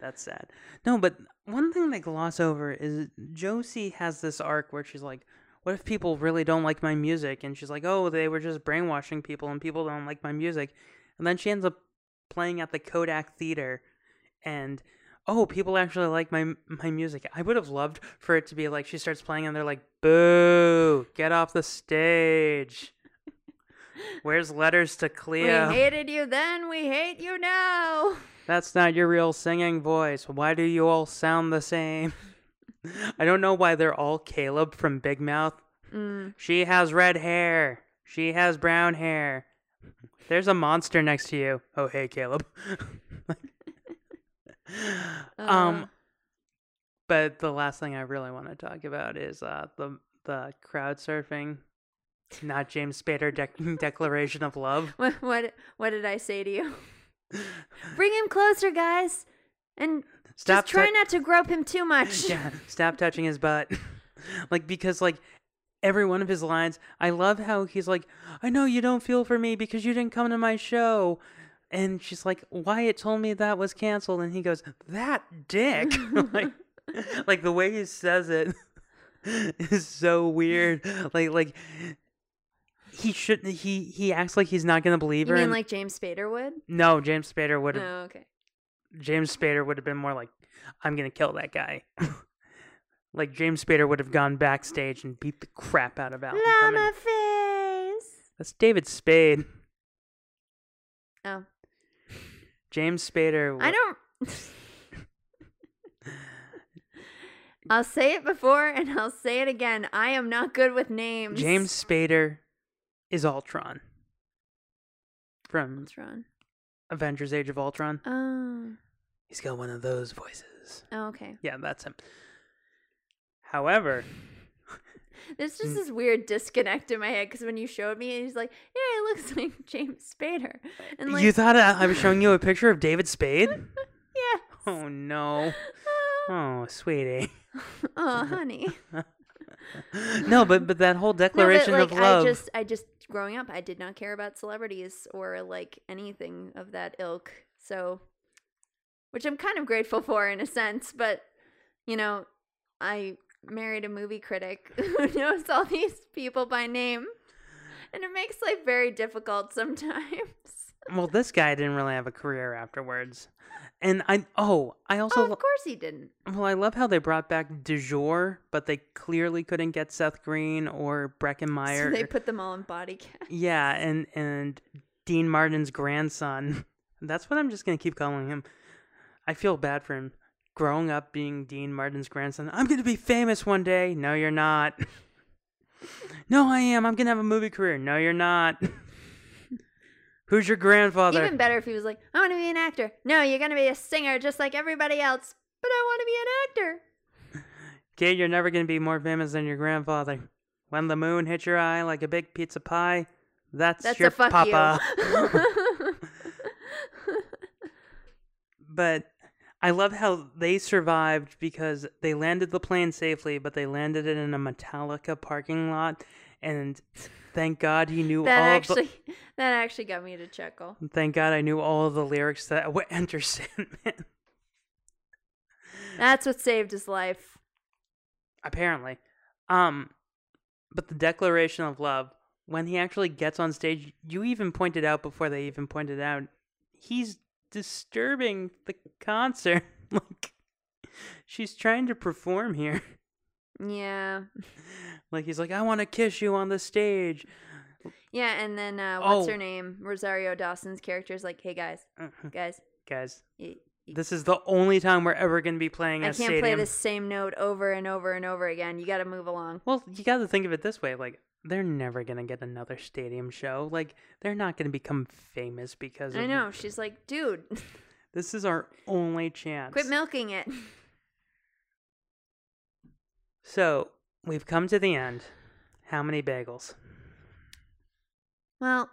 A: That's sad. No, but one thing they gloss over is Josie has this arc where she's like, "What if people really don't like my music?" And she's like, "Oh, they were just brainwashing people, and people don't like my music." And then she ends up playing at the Kodak Theater, and oh, people actually like my my music. I would have loved for it to be like she starts playing, and they're like, "Boo! Get off the stage." Where's letters to Cleo?
B: We hated you then, we hate you now.
A: That's not your real singing voice. Why do you all sound the same? I don't know why they're all Caleb from Big Mouth.
B: Mm.
A: She has red hair. She has brown hair. There's a monster next to you. Oh, hey, Caleb.
B: Uh,
A: um, but the last thing I really want to talk about is uh, the the crowd surfing, not James Spader dec declaration of love.
B: What what what did I say to you? Bring him closer, guys, and
A: Stop
B: just try
A: tou-
B: not to grope him too much.
A: yeah, stop touching his butt. like because like every one of his lines, I love how he's like, I know you don't feel for me because you didn't come to my show. And she's like, Wyatt told me that was canceled. And he goes, That dick. like, like the way he says it is so weird. Like, like he shouldn't, he, he acts like he's not going to believe
B: You
A: her.
B: mean
A: and-
B: like James Spader would?
A: no, James Spader would have,
B: No, okay.
A: James Spader would have been more like, I'm going to kill that guy. like James Spader would have gone backstage and beat the crap out of Alan. Cumming.
B: Llama face.
A: That's David Spade.
B: Oh,
A: James Spader. wa-
B: I don't. I'll say it before and I'll say it again. I am not good with names.
A: James Spader is Ultron from
B: Ultron.
A: Avengers: Age of Ultron.
B: Oh.
A: He's got one of those voices.
B: oh, okay.
A: Yeah, that's him. However,
B: There's
A: Mm.
B: just this weird disconnect in my head because when you showed me, it, he's like, "Yeah, it looks like James Spader," and like,
A: Uh, you thought I I was showing you a picture of David Spade?
B: "Yeah,
A: Oh no. Oh, sweetie.
B: oh, honey."
A: No, but but that whole declaration
B: no, but, like,
A: of love.
B: I just, I just, growing up, I did not care about celebrities or like anything of that ilk. So, which I'm kind of grateful for in a sense, but you know, I married a movie critic who knows all these people by name, and it makes life very difficult sometimes.
A: Well, this guy didn't really have a career afterwards. And I oh, I also
B: oh, of
A: lo-
B: course he didn't.
A: Well, I love how they brought back du jour, but they clearly couldn't get Seth Green or Breckenmeyer.
B: So they put them all in body cast.
A: yeah, and and Dean Martin's grandson. That's what I'm just gonna keep calling him. I feel bad for him. Growing up being Dean Martin's grandson, I'm gonna be famous one day. No, you're not. no, I am. I'm gonna have a movie career. No, you're not. Who's your grandfather?
B: Even better if he was like, "I want to be an actor." No, you're gonna be a singer just like everybody else. But I want to be an actor.
A: Kid, you're never going to be more famous than your grandfather. When the moon hits your eye like a big pizza pie, that's,
B: That's
A: your
B: a fuck
A: papa.
B: you.
A: but I love how they survived because they landed the plane safely, but they landed it in a Metallica parking lot. And thank God he knew
B: that
A: all
B: actually
A: of
B: that actually got me to chuckle.
A: the. Thank God I knew all of the lyrics that were Enter Sandman.
B: That's what saved his life.
A: apparently. Um, but the declaration of love, when he actually gets on stage, you even pointed out before they even pointed out, he's disturbing the concert. like, she's trying to perform here.
B: Yeah,
A: Like, he's like, I want to kiss you on the stage.
B: yeah. And then uh, what's
A: Oh.
B: her name? Rosario Dawson's character is like, "Hey guys, guys,
A: Uh-huh. Guys,
B: y-
A: this is the only time we're ever going to be playing
B: I
A: at a
B: can't
A: stadium.
B: play this same note over and over and over again. You got to move along."
A: Well, you got to think of it this way: like they're never gonna get another stadium show. Like they're not gonna become famous because
B: I
A: of
B: know. She's like, "Dude,
A: This is our only chance.
B: quit milking it."
A: So we've come to the end. How many bagels?
B: Well,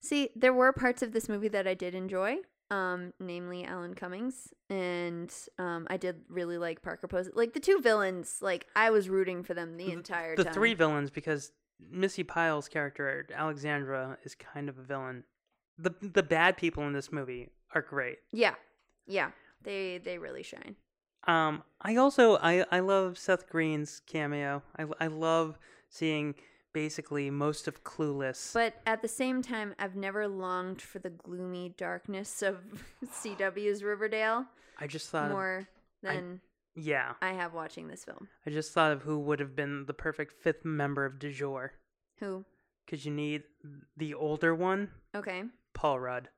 B: see, there were parts of this movie that I did enjoy, um, namely Alan Cummings, and um, I did really like Parker Posey. Like the two villains, like I was rooting for them the entire
A: The
B: time.
A: three villains, because Missy Pyle's character Alexandra is kind of a villain. The the bad people in this movie are great.
B: Yeah, yeah, they they really shine.
A: Um, I also I I love Seth Green's cameo. I I love seeing basically most of Clueless.
B: But at the same time, I've never longed for the gloomy darkness of CW's Riverdale
A: I just thought of-
B: more
A: I-
B: than
A: yeah.
B: I have watching this film.
A: I just thought of who would have been the perfect fifth member of du jour.
B: Who?
A: Because you need the older one,
B: Okay.
A: Paul Rudd.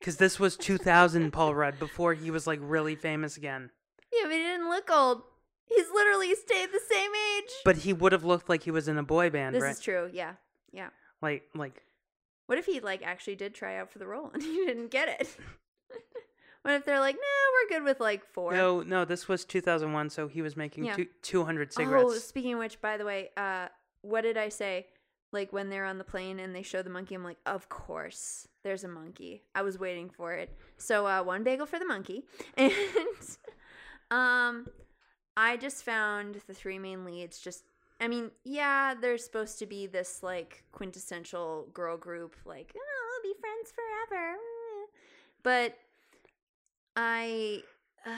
A: Because this was 2000 Paul Rudd before he was like really famous again.
B: Yeah, but he didn't look old. He's literally stayed the same age.
A: But he would have looked like he was in a boy band,
B: This
A: right?
B: is true. Yeah. Yeah.
A: Like, like,
B: What if he like actually did try out for the role and he didn't get it? what if they're like, no, we're good with like four.
A: no, no, this was 2001, so he was making
B: Yeah.
A: two, 200
B: Oh,
A: cigarettes.
B: speaking of which, by the way, uh, what did I say? Like when they're on the plane and they show the monkey, I'm like, of course, there's a monkey. I was waiting for it. So uh, one bagel for the monkey, and um, I just found the three main leads just, and I mean, yeah, they're supposed to be this like quintessential girl group, like, oh, we'll be friends forever. But I,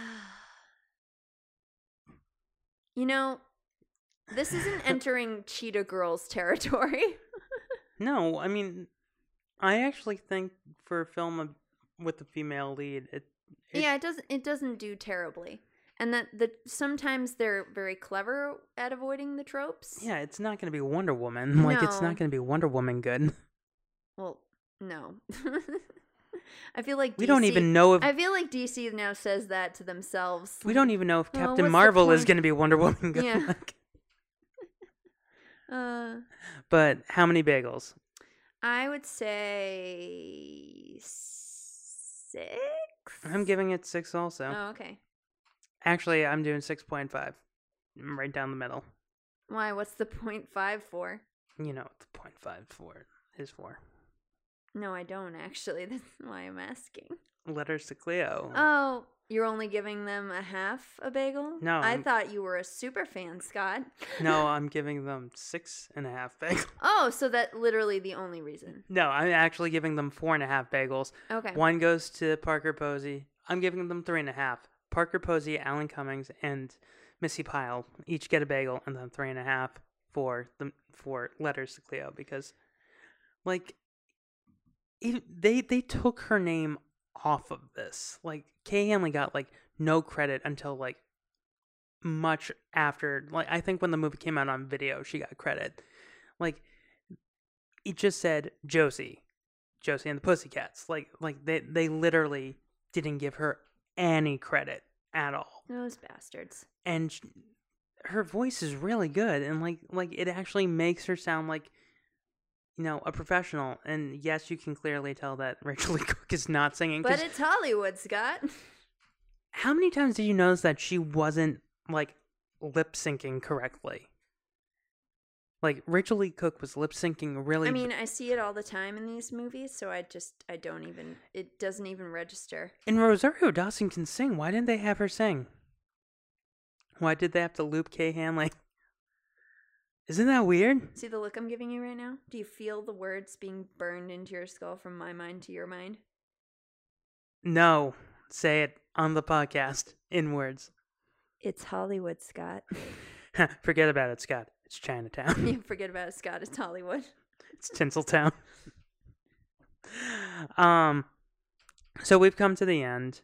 B: you know, this isn't entering Cheetah Girls territory.
A: No, I mean, I actually think for a film of- with a female lead, it, it
B: yeah, it doesn't. It doesn't do terribly, and that the sometimes they're very clever at avoiding the tropes.
A: yeah, it's not going to be Wonder Woman. Like, it's
B: No.
A: not going to be Wonder Woman good.
B: Well, no. I feel like
A: We don't
B: DC
A: even know if-
B: I feel like DC now says that to themselves.
A: We don't even know if
B: Oh,
A: Captain
B: what's the
A: Marvel is
B: point?
A: going to be Wonder Woman good.
B: Yeah. uh,
A: But how many bagels?
B: I would say six.
A: I'm giving it six also.
B: Oh, okay.
A: Actually, I'm doing 6.5. I'm right down the middle.
B: Why? What's the point five for?
A: You know what the point five for is for.
B: No, I don't actually. That's why I'm asking.
A: Letters to Cleo.
B: Oh, you're only giving them a half a bagel?
A: No,
B: I
A: I'm-
B: thought you were a super fan, Scott.
A: No, I'm giving them six and a half bagels.
B: Oh, so that literally the only reason.
A: No, I'm actually giving them four and a half bagels.
B: Okay.
A: One goes to Parker Posey. I'm giving them three and a half. Parker Posey, Alan Cummings, and Missy Pyle each get a bagel, and then three and a half for the for letters to Cleo because, like, even, they they took her name off of this. Like, Kay Hanley got like no credit until like much after. Like, I think when the movie came out on video, she got credit. Like, it just said Josie, Josie and the Pussycats. Like like they they literally didn't give her any credit at all.
B: Those bastards.
A: And sh her voice is really good and like like it actually makes her sound like you know, a professional. And yes, you can clearly tell that Rachel Lee Cook is not singing. 'cause
B: But it's Hollywood, Scott.
A: how many times did you notice that she wasn't like lip syncing correctly? Like Rachel Lee Cook was lip syncing really
B: I mean, I see it all the time in these movies, so I just, I don't even, it doesn't even register.
A: And Rosario Dawson can sing. Why didn't they have her sing? Why did they have to loop Kay Hanley? Isn't that weird?
B: See the look I'm giving you right now? Do you feel the words being burned into your skull from my mind to your mind?
A: No. Say it on the podcast in words.
B: It's Hollywood, Scott.
A: Forget about it, Scott. It's Chinatown.
B: you forget about it, Scott. It's Hollywood.
A: it's Tinseltown. um so we've come to the end.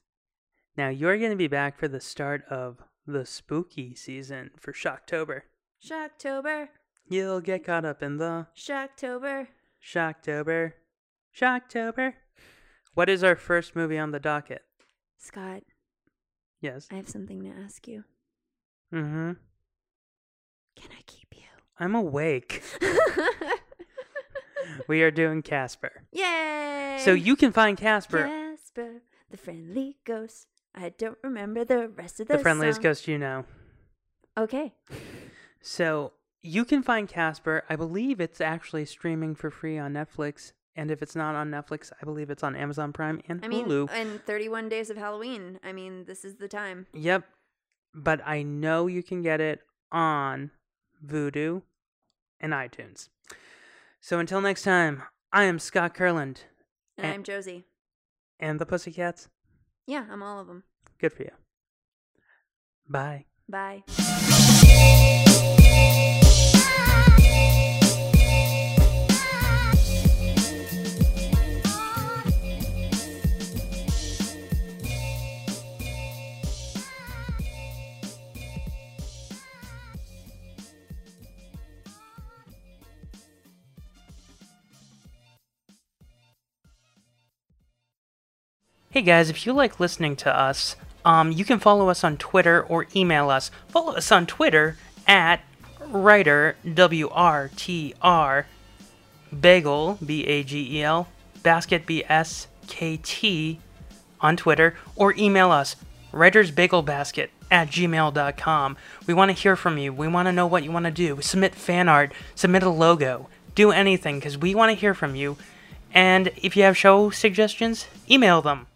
A: Now you're going to be back for the start of the spooky season for Shocktober.
B: Shocktober.
A: You'll get caught up in the
B: Shocktober.
A: Shocktober. Shocktober. What is our first movie on the docket?
B: Scott,
A: Yes.
B: I have something to ask you.
A: Mm-hmm.
B: Can I keep you?
A: I'm awake. we are doing Casper.
B: Yay!
A: So you can find Casper,
B: Casper, the friendly ghost. I don't remember the rest of
A: the
B: the
A: friendliest
B: song.
A: ghost you know.
B: Okay.
A: So you can find Casper. I believe it's actually streaming for free on Netflix. And if it's not on Netflix, I believe it's on Amazon Prime and
B: I mean,
A: Hulu.
B: and 31 days of Halloween. I mean, this is the time.
A: Yep. But I know you can get it on Voodoo and iTunes. So until next time, I am Scott Kurland
B: And
A: And-
B: I'm Josie.
A: and the Pussycats.
B: Yeah, I'm all of them.
A: Good for you. Bye.
B: Bye.
A: Hey guys, if you like listening to us, um, you can follow us on Twitter or email us. Follow us on Twitter at writer w r t r bagel b a g e l basket b s k t on Twitter or email us writersbagelbasket at gmail.com. We want to hear from you. We want to know what you want to do. Submit fan art, submit a logo, do anything because we want to hear from you. And if you have show suggestions, email them.